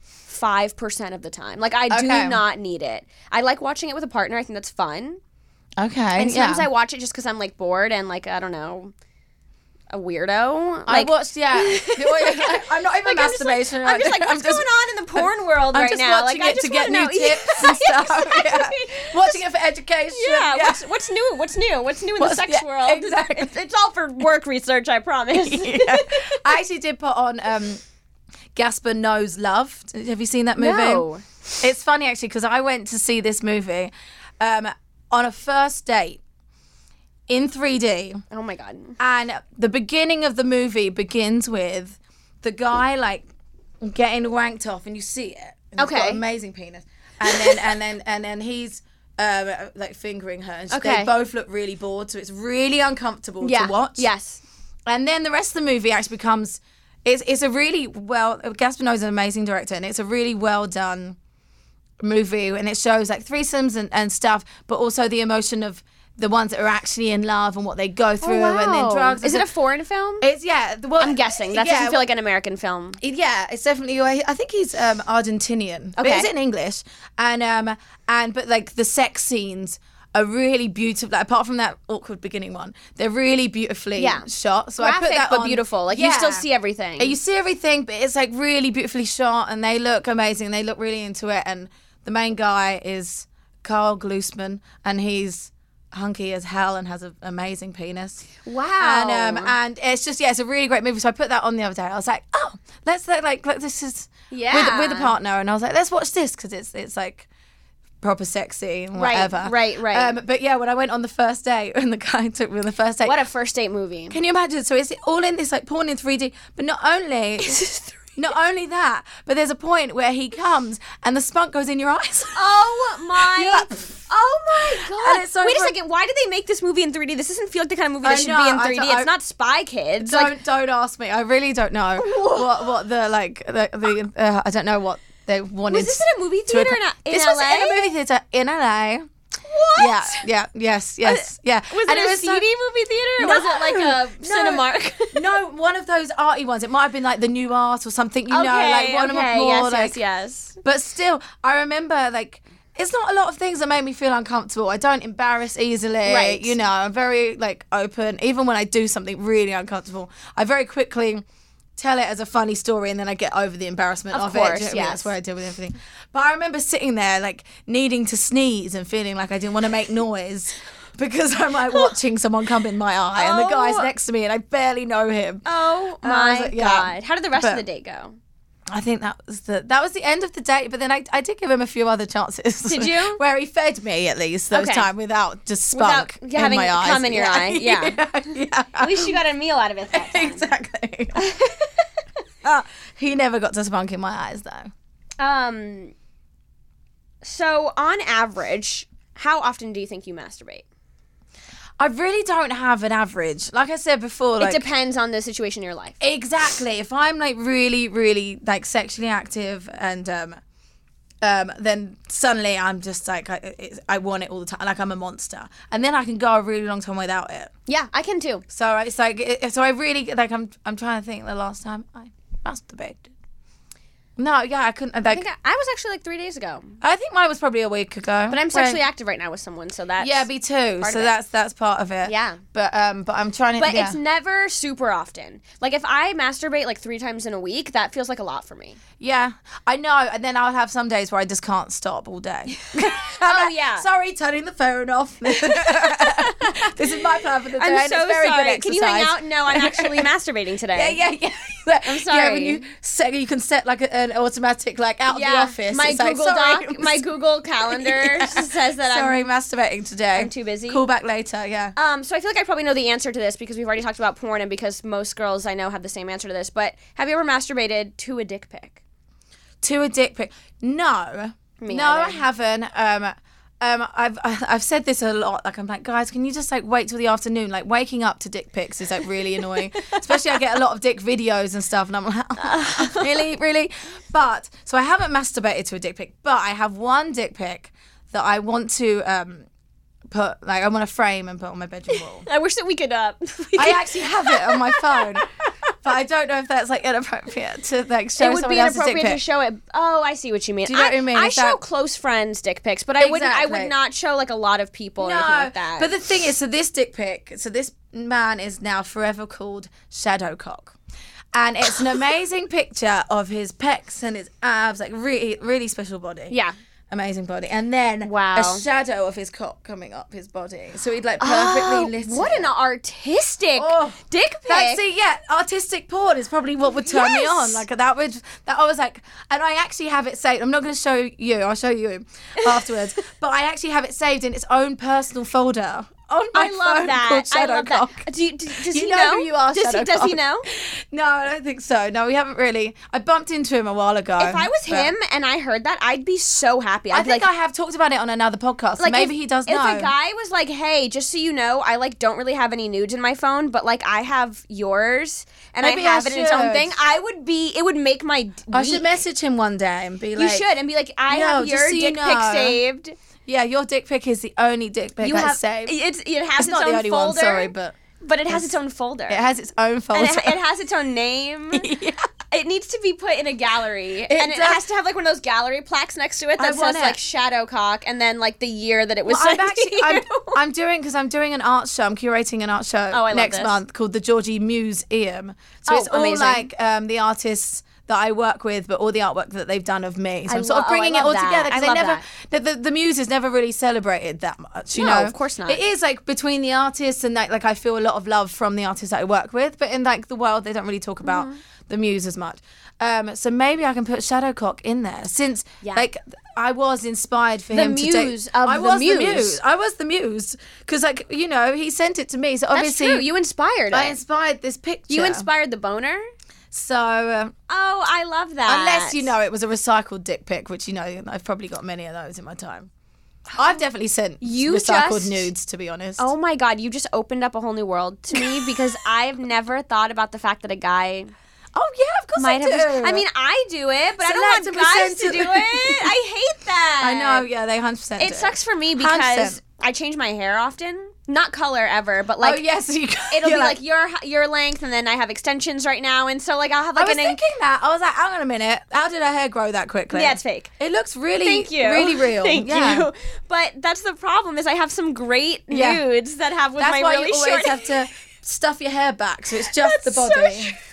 Speaker 1: five percent of the time. Like I do
Speaker 2: Okay.
Speaker 1: not need it. I like watching it with a partner. I think that's fun.
Speaker 2: okay.
Speaker 1: And sometimes I watch it just because I'm like bored and like I don't know, a weirdo.
Speaker 2: I
Speaker 1: Like, [LAUGHS]
Speaker 2: watched, yeah. I'm not
Speaker 1: Like, I'm just
Speaker 2: even
Speaker 1: like-
Speaker 2: masturbation.
Speaker 1: I'm
Speaker 2: [LAUGHS]
Speaker 1: just like, what's going on in the porn world
Speaker 2: I'm
Speaker 1: right
Speaker 2: just
Speaker 1: now?
Speaker 2: watching
Speaker 1: like, I
Speaker 2: it
Speaker 1: just
Speaker 2: to get
Speaker 1: wanna
Speaker 2: new
Speaker 1: know- [LAUGHS]
Speaker 2: tips and stuff. yeah. Watching it for education.
Speaker 1: Yeah,
Speaker 2: [LAUGHS]
Speaker 1: What's, what's new? What's new? What's new in
Speaker 2: What's-
Speaker 1: the sex
Speaker 2: yeah,
Speaker 1: world?
Speaker 2: exactly.
Speaker 1: It's, [LAUGHS] it's all for work research, I [LAUGHS] promise.
Speaker 2: [LAUGHS] Yeah. I actually did put on um, Gasper Knows Love. Have you seen that movie?
Speaker 1: No.
Speaker 2: It's funny actually because I went to see this movie um, on a first date in 3D,
Speaker 1: Oh my god.
Speaker 2: and the beginning of the movie begins with the guy like getting wanked off, and you see it. And he's got
Speaker 1: Okay.
Speaker 2: an amazing penis, and then and then and then he's. Um, like fingering her, and she- they
Speaker 1: Okay.
Speaker 2: both look really bored, so it's really uncomfortable
Speaker 1: Yeah.
Speaker 2: to watch.
Speaker 1: Yes.
Speaker 2: And then the rest of the movie actually becomes it's it's a really well Gaspar Noé's an amazing director and it's a really well done movie and it shows like threesomes and, and stuff, but also the emotion of the ones that are actually in love and what they go through and then drugs.
Speaker 1: Oh, Is it
Speaker 2: and
Speaker 1: a foreign film?
Speaker 2: stuff. it's yeah, the one,
Speaker 1: I'm guessing. That
Speaker 2: yeah,
Speaker 1: doesn't feel like an American film.
Speaker 2: yeah, it's definitely. I think he's um, Argentinian. But
Speaker 1: Okay.
Speaker 2: is it in English? And um, and but like the sex scenes are really beautiful. Like, apart from that awkward beginning one, they're really beautifully
Speaker 1: Yeah.
Speaker 2: shot. So I
Speaker 1: Graphic,
Speaker 2: put that
Speaker 1: but
Speaker 2: on.
Speaker 1: beautiful. Like you still
Speaker 2: Yeah.
Speaker 1: see everything.
Speaker 2: Yeah, You see everything, but it's like really beautifully shot, and they look amazing. They look really into it, and the main guy is Carl Glusman, and he's hunky as hell and has an amazing penis.
Speaker 1: Wow.
Speaker 2: And um, and it's just yeah, it's a really great movie. So I put that on the other day. I was like, oh, let's like like, like this is
Speaker 1: Yeah.
Speaker 2: with with a partner, and I was like, let's watch this because it's it's like proper sexy and
Speaker 1: Right,
Speaker 2: whatever.
Speaker 1: right, right.
Speaker 2: Um, but yeah, when I went on the first date, [LAUGHS] when the guy took me on the first
Speaker 1: [LAUGHS]
Speaker 2: date,
Speaker 1: what a first date
Speaker 2: [LAUGHS]
Speaker 1: movie.
Speaker 2: can you imagine? So it's all in this like porn in 3D, but not
Speaker 1: [LAUGHS]
Speaker 2: only not only that, but there's a point where he comes and the spunk goes in your eyes. [LAUGHS]
Speaker 1: Oh my!
Speaker 2: Yeah.
Speaker 1: Oh my god!
Speaker 2: And it's so
Speaker 1: Wait a
Speaker 2: fun.
Speaker 1: second. Why did they make this movie in 3D? This doesn't feel like the kind of movie
Speaker 2: I
Speaker 1: that should
Speaker 2: know,
Speaker 1: be in
Speaker 2: I
Speaker 1: 3D.
Speaker 2: don't-
Speaker 1: it's not Spy Kids.
Speaker 2: don't
Speaker 1: Like
Speaker 2: don't ask me. I really don't know what what the like the, the uh, I don't know what they wanted.
Speaker 1: was this in a movie
Speaker 2: to
Speaker 1: theater
Speaker 2: ac-
Speaker 1: in, a, in
Speaker 2: this
Speaker 1: LA?
Speaker 2: was in a movie theater in LA.
Speaker 1: What?
Speaker 2: Yeah, yeah, yes, yes, yeah.
Speaker 1: Uh, Was it,
Speaker 2: And
Speaker 1: a
Speaker 2: so-
Speaker 1: CD movie theater? Or
Speaker 2: No,
Speaker 1: was it like [LAUGHS] a
Speaker 2: no.
Speaker 1: Cinemark?
Speaker 2: no, one of those arty ones. It might have been like the new art or something, you
Speaker 1: [LAUGHS]
Speaker 2: know, like one of
Speaker 1: okay,
Speaker 2: more
Speaker 1: yes, yes,
Speaker 2: like
Speaker 1: yes.
Speaker 2: But still, I remember like it's not a lot of things that make me feel uncomfortable. I don't embarrass easily.
Speaker 1: Right.
Speaker 2: You know, I'm very like open. Even when I do something really uncomfortable, I very quickly tell it as a funny story and then I get over the embarrassment of, it. Do you know
Speaker 1: course,
Speaker 2: what I mean?
Speaker 1: yes.
Speaker 2: That's where I deal with everything. But I remember sitting there like needing to sneeze and feeling like I didn't want to make noise. [LAUGHS] Because
Speaker 1: [LAUGHS]
Speaker 2: I'm like watching someone come in my eye, and the guy's
Speaker 1: Oh.
Speaker 2: next to me, and I barely know him.
Speaker 1: Oh
Speaker 2: I
Speaker 1: my
Speaker 2: was like, yeah.
Speaker 1: god! How did the rest
Speaker 2: But-
Speaker 1: of the date go?
Speaker 2: I think that was the that was the end of the date. But then I, I did give him a few other chances.
Speaker 1: Did you?
Speaker 2: [LAUGHS] Where he fed me at least this
Speaker 1: Okay.
Speaker 2: time without just spunk
Speaker 1: Without having
Speaker 2: in my eyes.
Speaker 1: cum in
Speaker 2: [LAUGHS]
Speaker 1: your eye, yeah.
Speaker 2: yeah.
Speaker 1: At
Speaker 2: [LAUGHS]
Speaker 1: least you got a meal out of it. [LAUGHS] That time.
Speaker 2: exactly. Uh, he never got to spunk in my eyes though.
Speaker 1: um. So on average, how often do you think you masturbate?
Speaker 2: I really don't have an average. Like I said before, like
Speaker 1: it depends on the situation in your life.
Speaker 2: Exactly. If I'm like really, really like sexually active and um um, then suddenly I'm just like I, it's- I want it all the time. Like I'm a monster, and then I can go a really long time without it.
Speaker 1: Yeah, I can too.
Speaker 2: So it's like it, so I really like I'm I'm trying to think the last time I masturbated. No, yeah, I couldn't.
Speaker 1: I
Speaker 2: Like,
Speaker 1: think I, I was actually like three days ago,
Speaker 2: I think mine was probably a week ago.
Speaker 1: but I'm sexually active right now with someone, so that's
Speaker 2: yeah, me too.
Speaker 1: part
Speaker 2: So
Speaker 1: of it.
Speaker 2: that's that's part of it.
Speaker 1: Yeah.
Speaker 2: but um, but I'm trying to.
Speaker 1: But
Speaker 2: yeah.
Speaker 1: it's never super often. Like if I masturbate like three times in a week, that feels like a lot for me.
Speaker 2: Yeah, I know. And then I'll have some days where I just can't stop
Speaker 1: [LAUGHS]
Speaker 2: all day. [LAUGHS]
Speaker 1: Oh yeah.
Speaker 2: Sorry, turning the phone
Speaker 1: [LAUGHS]
Speaker 2: off. [LAUGHS] this is my plan for the day.
Speaker 1: I'm
Speaker 2: and
Speaker 1: so
Speaker 2: it's very
Speaker 1: sorry.
Speaker 2: Good
Speaker 1: Can you hang
Speaker 2: exercise.
Speaker 1: out? No, I'm [LAUGHS] actually masturbating today.
Speaker 2: Yeah, [LAUGHS] yeah, yeah. I'm Yeah,
Speaker 1: sorry.
Speaker 2: when you set, you can set like a, an automatic like out of the office.
Speaker 1: My
Speaker 2: It's like,
Speaker 1: Google
Speaker 2: sorry, [LAUGHS]
Speaker 1: Doc, my Google Calendar [LAUGHS] says that I'm
Speaker 2: sorry, masturbating today.
Speaker 1: I'm too busy.
Speaker 2: Call back later. Yeah.
Speaker 1: Um, so I feel like I probably know the answer to this because we've already talked about porn and because most girls I know have the same answer to this. But have you ever masturbated to a dick pic?
Speaker 2: to a dick pic. No, no, I
Speaker 1: either.
Speaker 2: haven't. Um, um, I've [LAUGHS] I've said this a lot. Like I'm like, guys, can you just like wait till the afternoon? Like waking up to dick pics is like really
Speaker 1: [LAUGHS]
Speaker 2: annoying. Especially I get a lot of dick videos and stuff, and I'm like, [LAUGHS] really, really. But so I haven't masturbated to a dick pic, but I have one dick pic that I want to um put like I want to frame and put on my bedroom wall.
Speaker 1: I wish that we could. Uh, [LAUGHS]
Speaker 2: I actually have it on my phone. But I don't know if that's like inappropriate to like show
Speaker 1: it would
Speaker 2: someone
Speaker 1: be
Speaker 2: else's dick
Speaker 1: inappropriate
Speaker 2: pic.
Speaker 1: to show it. Oh, I see what you mean.
Speaker 2: Do you know what I mean? Is
Speaker 1: show
Speaker 2: that-
Speaker 1: close friends dick pics, but I wouldn't. I
Speaker 2: Exactly.
Speaker 1: would not show like a lot of people or anything like that.
Speaker 2: But the thing is, so this dick pic, so this man is now forever called Shadowcock. And it's
Speaker 1: [LAUGHS]
Speaker 2: an amazing picture of his pecs and his abs, like really, really special body.
Speaker 1: yeah.
Speaker 2: Amazing body. And then
Speaker 1: Wow.
Speaker 2: a shadow of his cock coming up his body. So he'd like perfectly
Speaker 1: Oh,
Speaker 2: lit.
Speaker 1: [GASPS] what an artistic
Speaker 2: Oh,
Speaker 1: dick pic.
Speaker 2: That's it, yeah. Artistic porn is probably what would turn me on.
Speaker 1: Yes.
Speaker 2: Like that would that I was like, and I actually have it saved. I'm not going to show you. I'll show you afterwards.
Speaker 1: [LAUGHS]
Speaker 2: but I actually have it saved in its own personal folder. On
Speaker 1: I
Speaker 2: my
Speaker 1: love
Speaker 2: phone called
Speaker 1: that. I love
Speaker 2: Shadowcock.
Speaker 1: that. Do you, do, does
Speaker 2: You
Speaker 1: he
Speaker 2: know
Speaker 1: know,
Speaker 2: who you are,
Speaker 1: Does he, does he
Speaker 2: Shadowcock.
Speaker 1: know?
Speaker 2: No, I don't think so. No, we haven't really. I bumped into him a while ago.
Speaker 1: If I was him and I heard that, I'd be so happy. I'd
Speaker 2: Uh-huh. I
Speaker 1: be
Speaker 2: think
Speaker 1: like,
Speaker 2: I have talked about it on another podcast. so maybe
Speaker 1: if-
Speaker 2: he does
Speaker 1: if
Speaker 2: know.
Speaker 1: a guy was like, "Hey, just so you know, I like don't really have any nudes in my phone, but like I have yours, and
Speaker 2: Maybe I
Speaker 1: I have it in its own
Speaker 2: should.
Speaker 1: thing," I would be. It would make my. d-
Speaker 2: I
Speaker 1: week.
Speaker 2: should message him one day and be
Speaker 1: You
Speaker 2: like,
Speaker 1: should and be like, "I
Speaker 2: No,
Speaker 1: have
Speaker 2: just
Speaker 1: your
Speaker 2: so you
Speaker 1: dick pic
Speaker 2: know,
Speaker 1: saved.
Speaker 2: Yeah, your dick pic is the only dick pic
Speaker 1: You
Speaker 2: I
Speaker 1: have
Speaker 2: saved.
Speaker 1: it's it has
Speaker 2: It's
Speaker 1: its,
Speaker 2: not
Speaker 1: own
Speaker 2: the only
Speaker 1: folder,
Speaker 2: one, sorry, but
Speaker 1: but it has its own folder.
Speaker 2: it has its own folder.
Speaker 1: and it,
Speaker 2: [LAUGHS]
Speaker 1: it has its own name.
Speaker 2: Yeah.
Speaker 1: It needs to be put in a gallery, and it
Speaker 2: does-
Speaker 1: has to have like one of those gallery plaques next to it
Speaker 2: I
Speaker 1: that says
Speaker 2: want it.
Speaker 1: like Shadowcock, and then like the year that it was.
Speaker 2: I'm
Speaker 1: sent to
Speaker 2: actually
Speaker 1: you. [LAUGHS]
Speaker 2: I'm, I'm doing because I'm doing an art show. I'm curating an art show
Speaker 1: Oh, I love
Speaker 2: next
Speaker 1: this.
Speaker 2: month called the Georgie Museum. So
Speaker 1: Oh,
Speaker 2: it's all
Speaker 1: amazing.
Speaker 2: like um, the artists that I work with, but all the artwork that they've done of me. So I
Speaker 1: I
Speaker 2: am sort
Speaker 1: lo-
Speaker 2: of
Speaker 1: oh, I
Speaker 2: bringing it
Speaker 1: love
Speaker 2: all
Speaker 1: that.
Speaker 2: together
Speaker 1: I
Speaker 2: because they
Speaker 1: love
Speaker 2: never the, the the muse is never really celebrated that much. You
Speaker 1: No,
Speaker 2: know,
Speaker 1: of course not.
Speaker 2: It is like between the artists and like like I feel a lot of love from the artists that I work with, but in like the world they don't really talk about
Speaker 1: Mm-hmm.
Speaker 2: the muse as much. Um, so maybe I can put Shadowcock in there since
Speaker 1: Yeah.
Speaker 2: like I was inspired for
Speaker 1: The
Speaker 2: him to
Speaker 1: muse
Speaker 2: do-
Speaker 1: of
Speaker 2: I
Speaker 1: the
Speaker 2: was the
Speaker 1: muse.
Speaker 2: muse. I was the muse because, like, you know, he sent it to me. So
Speaker 1: That's
Speaker 2: obviously,
Speaker 1: true. You inspired.
Speaker 2: I
Speaker 1: it.
Speaker 2: inspired this picture.
Speaker 1: You inspired the boner?
Speaker 2: So um,
Speaker 1: Oh, I love that.
Speaker 2: unless
Speaker 1: [LAUGHS]
Speaker 2: you know it was a recycled dick pic, which you know I've probably got many of those in my time. I've definitely sent
Speaker 1: You
Speaker 2: recycled
Speaker 1: just-
Speaker 2: nudes, to be honest.
Speaker 1: Oh my god, you just opened up a whole new world to me [LAUGHS] because I've never thought about the fact that a guy
Speaker 2: Oh, yeah, of course
Speaker 1: might
Speaker 2: I
Speaker 1: have.
Speaker 2: do.
Speaker 1: I mean, I do it, but I don't want
Speaker 2: Select
Speaker 1: guys
Speaker 2: percent
Speaker 1: to
Speaker 2: of
Speaker 1: do [LAUGHS]
Speaker 2: the-
Speaker 1: it. I hate that.
Speaker 2: I know. Yeah, they hundred percent.
Speaker 1: It sucks for me because
Speaker 2: 100%.
Speaker 1: I change my hair often. Not color ever, but like
Speaker 2: oh yes, you,
Speaker 1: it'll
Speaker 2: you're
Speaker 1: be like, your your length, and then I have extensions right now, and so like I'll have like
Speaker 2: I was
Speaker 1: an.
Speaker 2: thinking that. I was like, hang on a minute. How did her hair grow that quickly?
Speaker 1: yeah, it's fake.
Speaker 2: It looks really,
Speaker 1: Thank you. [LAUGHS]
Speaker 2: really real.
Speaker 1: Thank
Speaker 2: yeah.
Speaker 1: you. But that's the problem is I have some great
Speaker 2: Yeah.
Speaker 1: nudes that have with
Speaker 2: That's
Speaker 1: my
Speaker 2: why
Speaker 1: really
Speaker 2: you always
Speaker 1: short.
Speaker 2: have to stuff your hair back, so [LAUGHS] it's just the
Speaker 1: so
Speaker 2: body.
Speaker 1: true. [LAUGHS]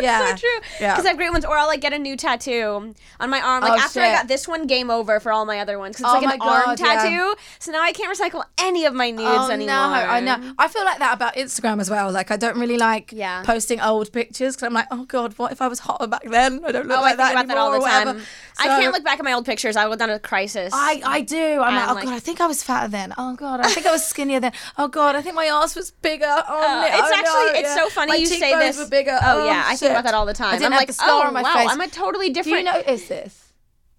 Speaker 2: Yeah.
Speaker 1: That's so true.
Speaker 2: Yeah.
Speaker 1: Because I have great ones, or I'll like get a new tattoo on my arm. Like
Speaker 2: Oh,
Speaker 1: after I
Speaker 2: shit.
Speaker 1: got this one, game over for all my other ones. 'Cause
Speaker 2: Oh
Speaker 1: it's like
Speaker 2: my
Speaker 1: an arm
Speaker 2: God, yeah.
Speaker 1: tattoo. So now I can't recycle any of my nudes
Speaker 2: Oh
Speaker 1: anymore.
Speaker 2: no, I know. I feel like that about Instagram as well. Like I don't really like
Speaker 1: Yeah.
Speaker 2: posting old pictures because I'm like, oh god, what if I was hotter back then? I don't look
Speaker 1: Oh,
Speaker 2: like
Speaker 1: I think
Speaker 2: that
Speaker 1: about that all
Speaker 2: anymore
Speaker 1: the
Speaker 2: or whatever.
Speaker 1: time. I
Speaker 2: So-
Speaker 1: can't look back at my old pictures. I will down a crisis.
Speaker 2: I, I do. I'm, like, oh
Speaker 1: like-
Speaker 2: god, I think I was fatter then. Oh god, I think I was skinnier then. Oh god, I think my ass was bigger. Oh,
Speaker 1: Oh,
Speaker 2: no,
Speaker 1: it's
Speaker 2: oh, no,
Speaker 1: actually it's
Speaker 2: yeah.
Speaker 1: so funny
Speaker 2: My
Speaker 1: you say
Speaker 2: cheekbones
Speaker 1: this.
Speaker 2: Were bigger.
Speaker 1: Oh, yeah, I think
Speaker 2: shit.
Speaker 1: about that all the
Speaker 2: I
Speaker 1: time.
Speaker 2: didn't
Speaker 1: I'm
Speaker 2: have
Speaker 1: like,
Speaker 2: the scar
Speaker 1: oh
Speaker 2: on my
Speaker 1: wow,
Speaker 2: face.
Speaker 1: I'm a totally
Speaker 2: Do you
Speaker 1: different.
Speaker 2: notice this?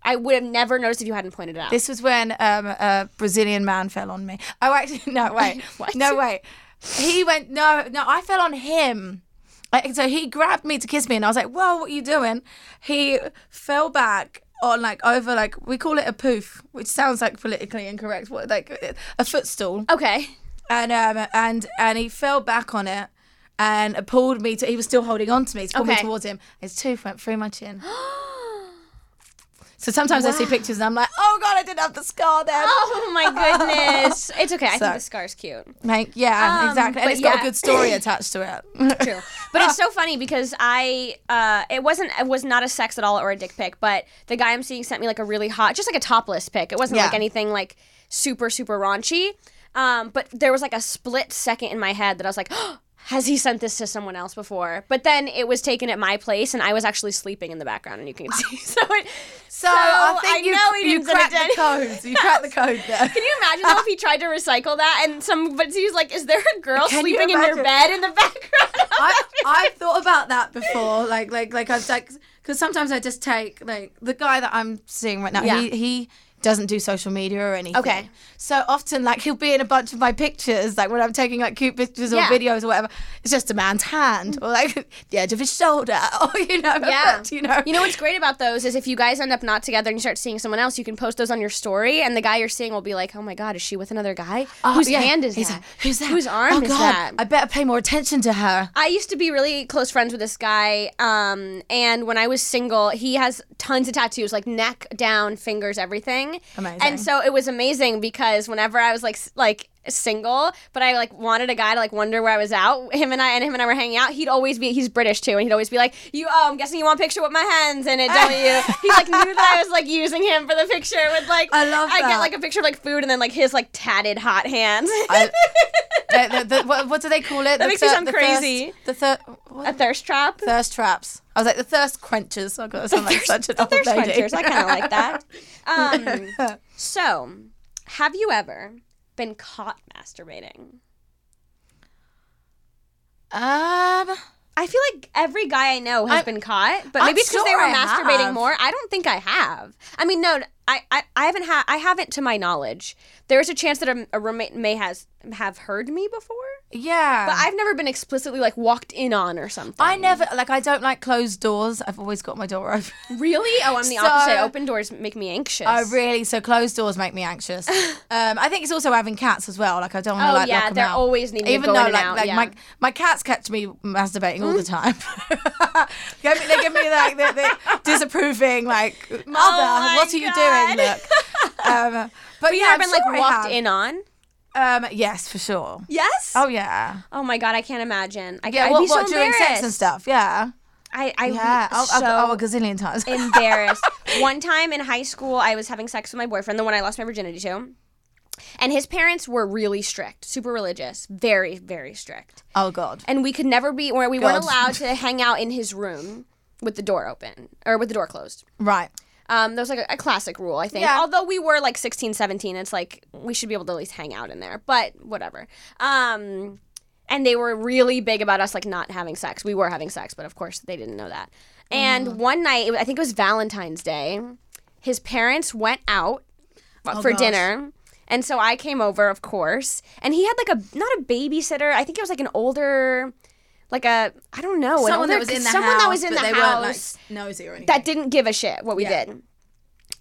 Speaker 1: I would have never noticed if you hadn't pointed it out.
Speaker 2: This was when um, a Brazilian man fell on me. Oh, actually, [LAUGHS] no, wait.
Speaker 1: What?
Speaker 2: No, wait. He went, no, no, I fell on him. Like, so he grabbed me to kiss me, and I was like, whoa, what are you doing? He fell back on like over like we call it a poof, which sounds like politically incorrect, what like a footstool, [LAUGHS]
Speaker 1: Okay.
Speaker 2: and um and and he fell back on it. And pulled me to. He was still holding on to me. To pull me
Speaker 1: Okay.
Speaker 2: towards him. His tooth went through
Speaker 1: [GASPS]
Speaker 2: my chin. so sometimes I see pictures and I'm like, oh god, I didn't have the scar there.
Speaker 1: Oh [LAUGHS] my goodness. It's okay. I think
Speaker 2: So-
Speaker 1: the scar's cute.
Speaker 2: Like, yeah,
Speaker 1: Um,
Speaker 2: exactly. And
Speaker 1: but
Speaker 2: it's got
Speaker 1: yeah.
Speaker 2: a good story attached to it.
Speaker 1: True. [LAUGHS] But it's so funny because I uh it wasn't it was not a sex at all or a dick pic, but the guy I'm seeing sent me like a really hot just like a topless pic. It wasn't like
Speaker 2: Yeah.
Speaker 1: anything like super, super raunchy. Um, but there was like a split second in my head that I was like, [GASPS] has he sent this to someone else before? But then it was taken at my place and I was actually sleeping in the background and you can see. [LAUGHS] So it,
Speaker 2: [LAUGHS] So, I
Speaker 1: So, I
Speaker 2: think you,
Speaker 1: know he
Speaker 2: you
Speaker 1: didn't send
Speaker 2: cracked
Speaker 1: it to
Speaker 2: the code. You cracked the code there.
Speaker 1: [LAUGHS] Can you imagine
Speaker 2: [LAUGHS]
Speaker 1: though if he tried to recycle that and some but he was like, Is there a girl
Speaker 2: Can you
Speaker 1: sleeping in their
Speaker 2: imagine?
Speaker 1: bed in the [LAUGHS] background? [LAUGHS]
Speaker 2: I, I've thought about that before. Like, like, like I was like, because sometimes I just take like the guy that I'm seeing right now.
Speaker 1: Yeah.
Speaker 2: He he doesn't do social media or anything.
Speaker 1: Okay.
Speaker 2: So often, like, he'll be in a bunch of my pictures, like when I'm taking like cute pictures or
Speaker 1: Yeah.
Speaker 2: videos or whatever. It's just a man's hand or like [LAUGHS] the edge of his shoulder [LAUGHS] or you know,
Speaker 1: [LAUGHS] Yeah.
Speaker 2: [LAUGHS] but, you know,
Speaker 1: You know what's great about those is if you guys end up not together and you start seeing someone else, you can post those on your story, and the guy you're seeing will be like, "Oh my god, is she with another guy?
Speaker 2: Oh,
Speaker 1: Whose
Speaker 2: yeah.
Speaker 1: hand is
Speaker 2: He's
Speaker 1: that?
Speaker 2: like, Who's that?
Speaker 1: Whose arm
Speaker 2: oh,
Speaker 1: is
Speaker 2: God,
Speaker 1: that?"
Speaker 2: I better pay more attention to her.
Speaker 1: [LAUGHS] I used to be really close friends with this guy, um, and when I was single, he has tons of tattoos, like neck, down, fingers, everything.
Speaker 2: Amazing.
Speaker 1: And so it was amazing because whenever I was like s- like single, but I like wanted a guy to like wonder where I was out. Him and I and him and I were hanging out. He'd always be he's British too, and he'd always be like, "You, oh, I'm guessing you want a picture with my hands in it, don't
Speaker 2: [LAUGHS]
Speaker 1: you?" he like knew that I was like using him for the picture with like
Speaker 2: I love
Speaker 1: I get
Speaker 2: that.
Speaker 1: like a picture of like food and then like his like tatted hot hands.
Speaker 2: I- the, the, the, what, what do they call it? That
Speaker 1: makes me sound crazy.
Speaker 2: Thirst, the thir-
Speaker 1: [LAUGHS]
Speaker 2: what?
Speaker 1: a thirst trap.
Speaker 2: thirst traps. I was like the thirst quenchers. I got sound like such an old
Speaker 1: thirst
Speaker 2: lady.
Speaker 1: quenchers. I kind of like that. Um, so, have you ever been caught masturbating?
Speaker 2: [LAUGHS] Um,
Speaker 1: I feel like every guy I know has
Speaker 2: I'm-
Speaker 1: been caught, but
Speaker 2: I'm
Speaker 1: maybe it's because they
Speaker 2: sure
Speaker 1: were
Speaker 2: I
Speaker 1: masturbating
Speaker 2: have.
Speaker 1: more. I don't think I have. I mean, no, I, I, I haven't had. I haven't, to my knowledge. There is a chance that a, a roommate may has have heard me before,
Speaker 2: yeah.
Speaker 1: but I've never been explicitly like walked in on or something.
Speaker 2: I never like I don't like closed doors. I've always got my door open.
Speaker 1: really. Oh, I'm the
Speaker 2: So-
Speaker 1: opposite. Open doors make me anxious. [LAUGHS]
Speaker 2: I really so closed doors make me anxious. um, I think it's also having cats as well. Like I don't want to
Speaker 1: Oh
Speaker 2: like lock
Speaker 1: yeah,
Speaker 2: 'em
Speaker 1: they're
Speaker 2: out.
Speaker 1: always needing
Speaker 2: even
Speaker 1: to go
Speaker 2: though
Speaker 1: in and
Speaker 2: like,
Speaker 1: out,
Speaker 2: like
Speaker 1: yeah.
Speaker 2: my my cats catch me
Speaker 1: [LAUGHS]
Speaker 2: masturbating all the time. [LAUGHS] Give me- they give me like the, the disapproving like mother,
Speaker 1: Oh my
Speaker 2: what are you doing?
Speaker 1: God. [LAUGHS]
Speaker 2: Look, um,
Speaker 1: Have
Speaker 2: but yeah, I've
Speaker 1: you ever been like walked in on?
Speaker 2: Um, yes, for sure.
Speaker 1: Yes.
Speaker 2: Oh yeah,
Speaker 1: Oh my god, I can't imagine. I
Speaker 2: yeah.
Speaker 1: I'd
Speaker 2: what,
Speaker 1: be so
Speaker 2: what, during sex and
Speaker 1: embarrassed.
Speaker 2: stuff? Yeah,
Speaker 1: I, I
Speaker 2: yeah.
Speaker 1: would
Speaker 2: Oh,
Speaker 1: be
Speaker 2: oh,
Speaker 1: so
Speaker 2: oh, a gazillion times.
Speaker 1: [LAUGHS] embarrassed. One time in high school, I was having sex with my boyfriend, the one I lost my virginity to, and his parents were really strict, super religious, very, very strict,
Speaker 2: [LAUGHS] oh god.
Speaker 1: and we could never be where we weren't
Speaker 2: God.
Speaker 1: allowed to hang out in his room with the door open or with the door closed.
Speaker 2: Right.
Speaker 1: Um, there was like a, a classic rule, I think.
Speaker 2: Yeah.
Speaker 1: Although we were like 16, 17, it's like we should be able to at least hang out in there, but whatever. Um, and they were really big about us like not having sex. We were having sex, but of course they didn't know that. And
Speaker 2: Mm.
Speaker 1: one night, it, wa- I think it was Valentine's Day, his parents went out for
Speaker 2: Oh, gosh.
Speaker 1: dinner. And so I came over, of course, and he had like a not a babysitter. I think it was like an older, like a I don't know, an
Speaker 2: Someone that
Speaker 1: older-
Speaker 2: was in the
Speaker 1: someone
Speaker 2: house.
Speaker 1: that was in
Speaker 2: but
Speaker 1: the
Speaker 2: they
Speaker 1: house
Speaker 2: weren't like nosy or anything.
Speaker 1: that didn't give a shit what we
Speaker 2: Yeah.
Speaker 1: did.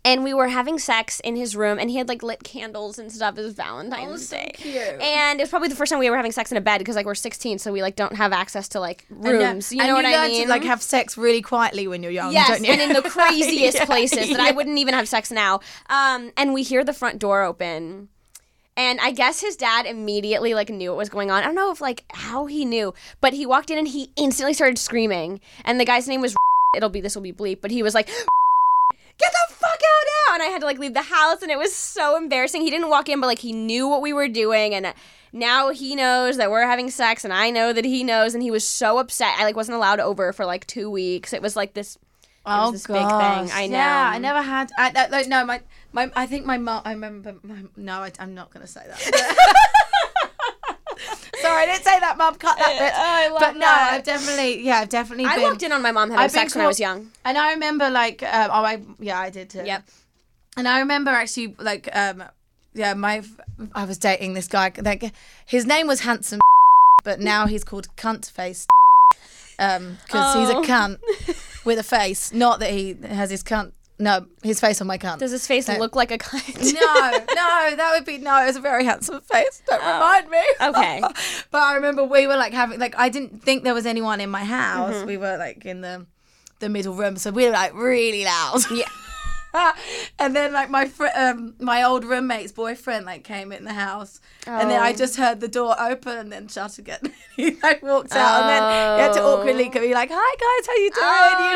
Speaker 1: And we were having sex in his room, and he had like lit candles and stuff. It was Valentine's Day,
Speaker 2: cute.
Speaker 1: and it was probably the first time we ever having sex in a bed because like we're 16, so we like don't have access to like rooms. You
Speaker 2: and
Speaker 1: know what
Speaker 2: you
Speaker 1: I
Speaker 2: learn
Speaker 1: mean?
Speaker 2: To, like have sex really quietly when you're young,
Speaker 1: yes,
Speaker 2: don't you?
Speaker 1: and
Speaker 2: [LAUGHS]
Speaker 1: in the craziest [LAUGHS]
Speaker 2: Yeah,
Speaker 1: places that I
Speaker 2: yeah.
Speaker 1: wouldn't even have sex now. Um, and we hear the front door open, and I guess his dad immediately like knew what was going on. I don't know if like how he knew, but he walked in and he instantly started screaming. And the guy's name was. [LAUGHS] It'll be this will be bleep, but he was like. [LAUGHS] Get the fuck out now! And I had to like leave the house, and it was so embarrassing. He didn't walk in, but like he knew what we were doing, and uh, now he knows that we're having sex, and I know that he knows, and he was so upset. I like wasn't allowed over for like two weeks. It was like this
Speaker 2: Oh
Speaker 1: this big thing. I
Speaker 2: Yeah,
Speaker 1: know.
Speaker 2: I never had. I, I, like, no, my, my, I think my mum. I remember. My, no, I, I'm not gonna say
Speaker 1: [LAUGHS]
Speaker 2: that. [LAUGHS] Sorry, I didn't say that, mum. Cut that bit.
Speaker 1: oh, I love
Speaker 2: but no,
Speaker 1: that.
Speaker 2: I've definitely. Yeah, I've definitely.
Speaker 1: I
Speaker 2: been,
Speaker 1: walked in on my mom having
Speaker 2: I've been
Speaker 1: sex when I was
Speaker 2: caught-
Speaker 1: young.
Speaker 2: And I remember like um, oh I yeah I did too.
Speaker 1: Yep.
Speaker 2: And I remember actually like um yeah my I was dating this guy like his name was handsome but now he's called cunt face um because he's a
Speaker 1: Oh.
Speaker 2: cunt with a face not that he has his cunt No, his face on my cunt.
Speaker 1: Does his face
Speaker 2: No.
Speaker 1: look like a [LAUGHS] cunt?
Speaker 2: [LAUGHS] no, no, that would be no. It's a very handsome face. Don't remind me.
Speaker 1: Oh, okay.
Speaker 2: [LAUGHS] but I remember we were like having like I didn't think there was anyone in my house.
Speaker 1: Mm-hmm.
Speaker 2: We were like in the the middle room, so we were like really loud. Yeah. [LAUGHS] and then like my fr- um, my old roommate's boyfriend like came in the house, and then I
Speaker 1: Oh.
Speaker 2: just heard the door open and then shut again. [LAUGHS] he like walked out, and then you had to awkwardly be like, "Hi guys, how you doing?"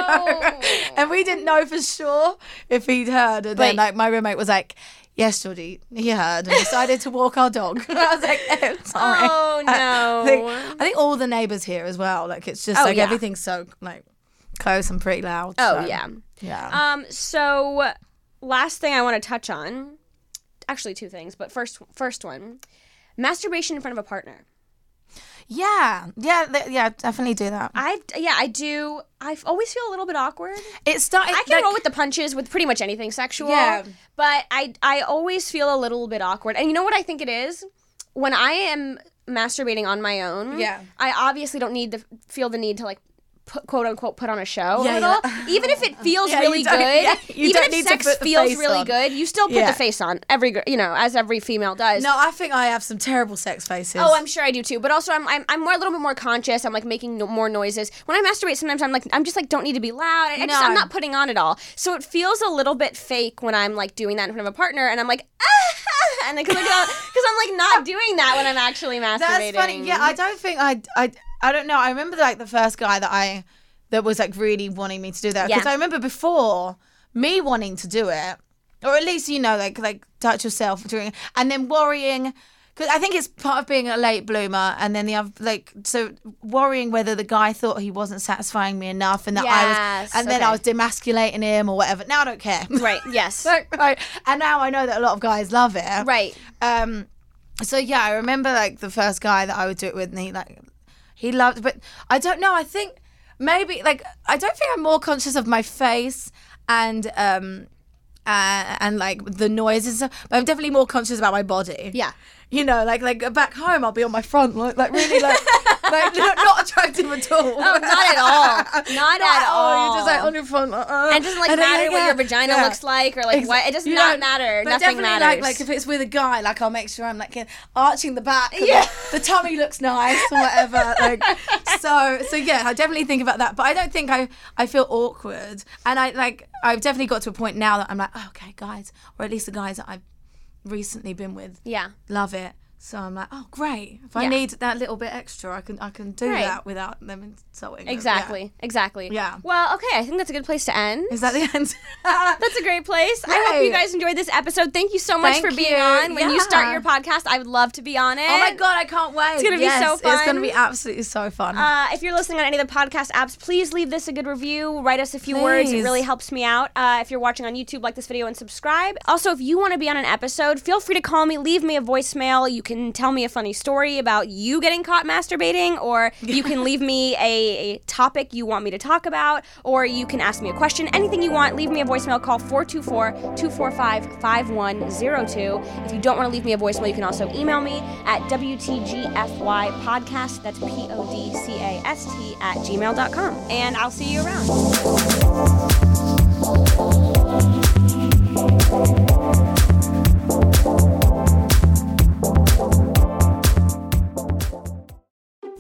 Speaker 2: [LAUGHS] You know,
Speaker 1: Oh.
Speaker 2: and we didn't know for sure if he'd heard, and then
Speaker 1: But-
Speaker 2: like my roommate was like. Yes, Geordie, he heard and decided to walk our dog. [LAUGHS] I was like, oh, sorry.
Speaker 1: Oh no.
Speaker 2: [LAUGHS] I think, I think all the neighbors here as well. Like it's just
Speaker 1: Oh,
Speaker 2: like
Speaker 1: yeah.
Speaker 2: everything's so like close and pretty loud.
Speaker 1: oh
Speaker 2: so,
Speaker 1: yeah.
Speaker 2: yeah.
Speaker 1: Um. So, last thing I want to touch on, actually two things, but first, first one, masturbation in front of a partner.
Speaker 2: yeah, yeah, th- yeah. Definitely do that.
Speaker 1: I yeah, I do. I f- always feel a little bit awkward.
Speaker 2: It started.
Speaker 1: I can roll with the punches with pretty much anything sexual.
Speaker 2: Yeah.
Speaker 1: But I I always feel a little bit awkward. And you know what I think it is? When I am masturbating on my own,
Speaker 2: Yeah.
Speaker 1: I obviously don't need to feel the need to like put, quote unquote put on a show
Speaker 2: Yeah,
Speaker 1: a little.
Speaker 2: [LAUGHS]
Speaker 1: Even if it feels
Speaker 2: Yeah, you
Speaker 1: really
Speaker 2: don't-
Speaker 1: good,
Speaker 2: yeah, you
Speaker 1: even
Speaker 2: don't
Speaker 1: if
Speaker 2: need to
Speaker 1: sex
Speaker 2: put the
Speaker 1: feels
Speaker 2: face
Speaker 1: really
Speaker 2: on.
Speaker 1: good, you still put
Speaker 2: Yeah.
Speaker 1: the face on. Every gir- you know, as every female does.
Speaker 2: No, I think I have some terrible sex faces.
Speaker 1: Oh, I'm sure I do too. But also, I'm I'm, I'm more, a little bit more conscious. I'm like making no, more noises when I masturbate. Sometimes I'm like I'm just like don't need to be loud. I, I just, I'm
Speaker 2: No.
Speaker 1: not putting on at all. So it feels a little bit fake when I'm like doing that in front of a partner, and I'm like [LAUGHS] ah, and because I'm like not doing that when I'm actually masturbating.
Speaker 2: That's funny. Yeah, I don't think I, I, I don't know. I remember like the first guy that I, that was like really wanting me to do that because
Speaker 1: Yeah.
Speaker 2: I remember before me wanting to do it, or at least you know like like touch yourself during and then worrying. Because I think it's part of being a late bloomer, and then the other like so worrying whether the guy thought he wasn't satisfying me enough, and that I was,
Speaker 1: Yes,
Speaker 2: and then I
Speaker 1: okay.
Speaker 2: was demasculating him or whatever. Now I don't care. [LAUGHS]
Speaker 1: right. Yes.
Speaker 2: Like, right. And now I know that a lot of guys love it.
Speaker 1: right.
Speaker 2: Um, so yeah, I remember like the first guy that I would do it with, and he like he loved, but I don't know. I think maybe like I don't think I'm more conscious of my face and um uh, and like the noises, but I'm definitely more conscious about my body.
Speaker 1: Yeah.
Speaker 2: You know, like like back home, I'll be on my front, like, like really, like, [LAUGHS] like not, not attractive at all.
Speaker 1: Oh, not at
Speaker 2: [LAUGHS]
Speaker 1: all. Not, at all.
Speaker 2: You're just like on your front, like, uh,
Speaker 1: and it doesn't like
Speaker 2: and then,
Speaker 1: matter
Speaker 2: like,
Speaker 1: what
Speaker 2: yeah,
Speaker 1: your vagina
Speaker 2: yeah.
Speaker 1: looks like or like what. It does
Speaker 2: You
Speaker 1: not
Speaker 2: don't-
Speaker 1: matter.
Speaker 2: But
Speaker 1: Nothing
Speaker 2: definitely
Speaker 1: matters.
Speaker 2: Like, like if it's with a guy, like I'll make sure I'm like arching the back. and
Speaker 1: Yeah.
Speaker 2: The, the tummy looks nice or
Speaker 1: [LAUGHS]
Speaker 2: whatever. like so, so yeah, I definitely think about that. But I don't think I I feel awkward, and I like I've definitely got to a point now that I'm like, oh, okay, guys, or at least the guys that I've recently been with,
Speaker 1: yeah.
Speaker 2: love it. So I'm like, oh great! If I
Speaker 1: Yeah.
Speaker 2: need that little bit extra, I can I can do
Speaker 1: Right.
Speaker 2: that without them insulting. them. Yeah.
Speaker 1: Exactly. Exactly.
Speaker 2: Yeah.
Speaker 1: Well, okay. I think that's a good place to end.
Speaker 2: Is that the [LAUGHS] end?
Speaker 1: That's a great place. I hope
Speaker 2: Right.
Speaker 1: you guys enjoyed this episode. Thank you so much
Speaker 2: Thank
Speaker 1: for being
Speaker 2: you.
Speaker 1: on. When you start
Speaker 2: Yeah.
Speaker 1: your podcast, I would love to be on it.
Speaker 2: Oh my god, I can't wait! It's
Speaker 1: gonna be so
Speaker 2: It's
Speaker 1: fun.
Speaker 2: gonna be absolutely so fun.
Speaker 1: Uh, if you're listening on any of the podcast apps, please leave this a good review. Write us a few words. It
Speaker 2: Please.
Speaker 1: really helps me out. Uh, if you're watching on YouTube, like this video and subscribe. Also, if you want to be on an episode, feel free to call me. Leave me a voicemail. You can tell me a funny story about you getting caught masturbating, or you can leave me a, a topic you want me to talk about, or you can ask me a question. Anything you want, leave me a voicemail. Call 424 245 5102. If you don't want to leave me a voicemail, you can also email me at WTGFY podcast. That's P O D C A S T at gmail.com. And I'll see you around.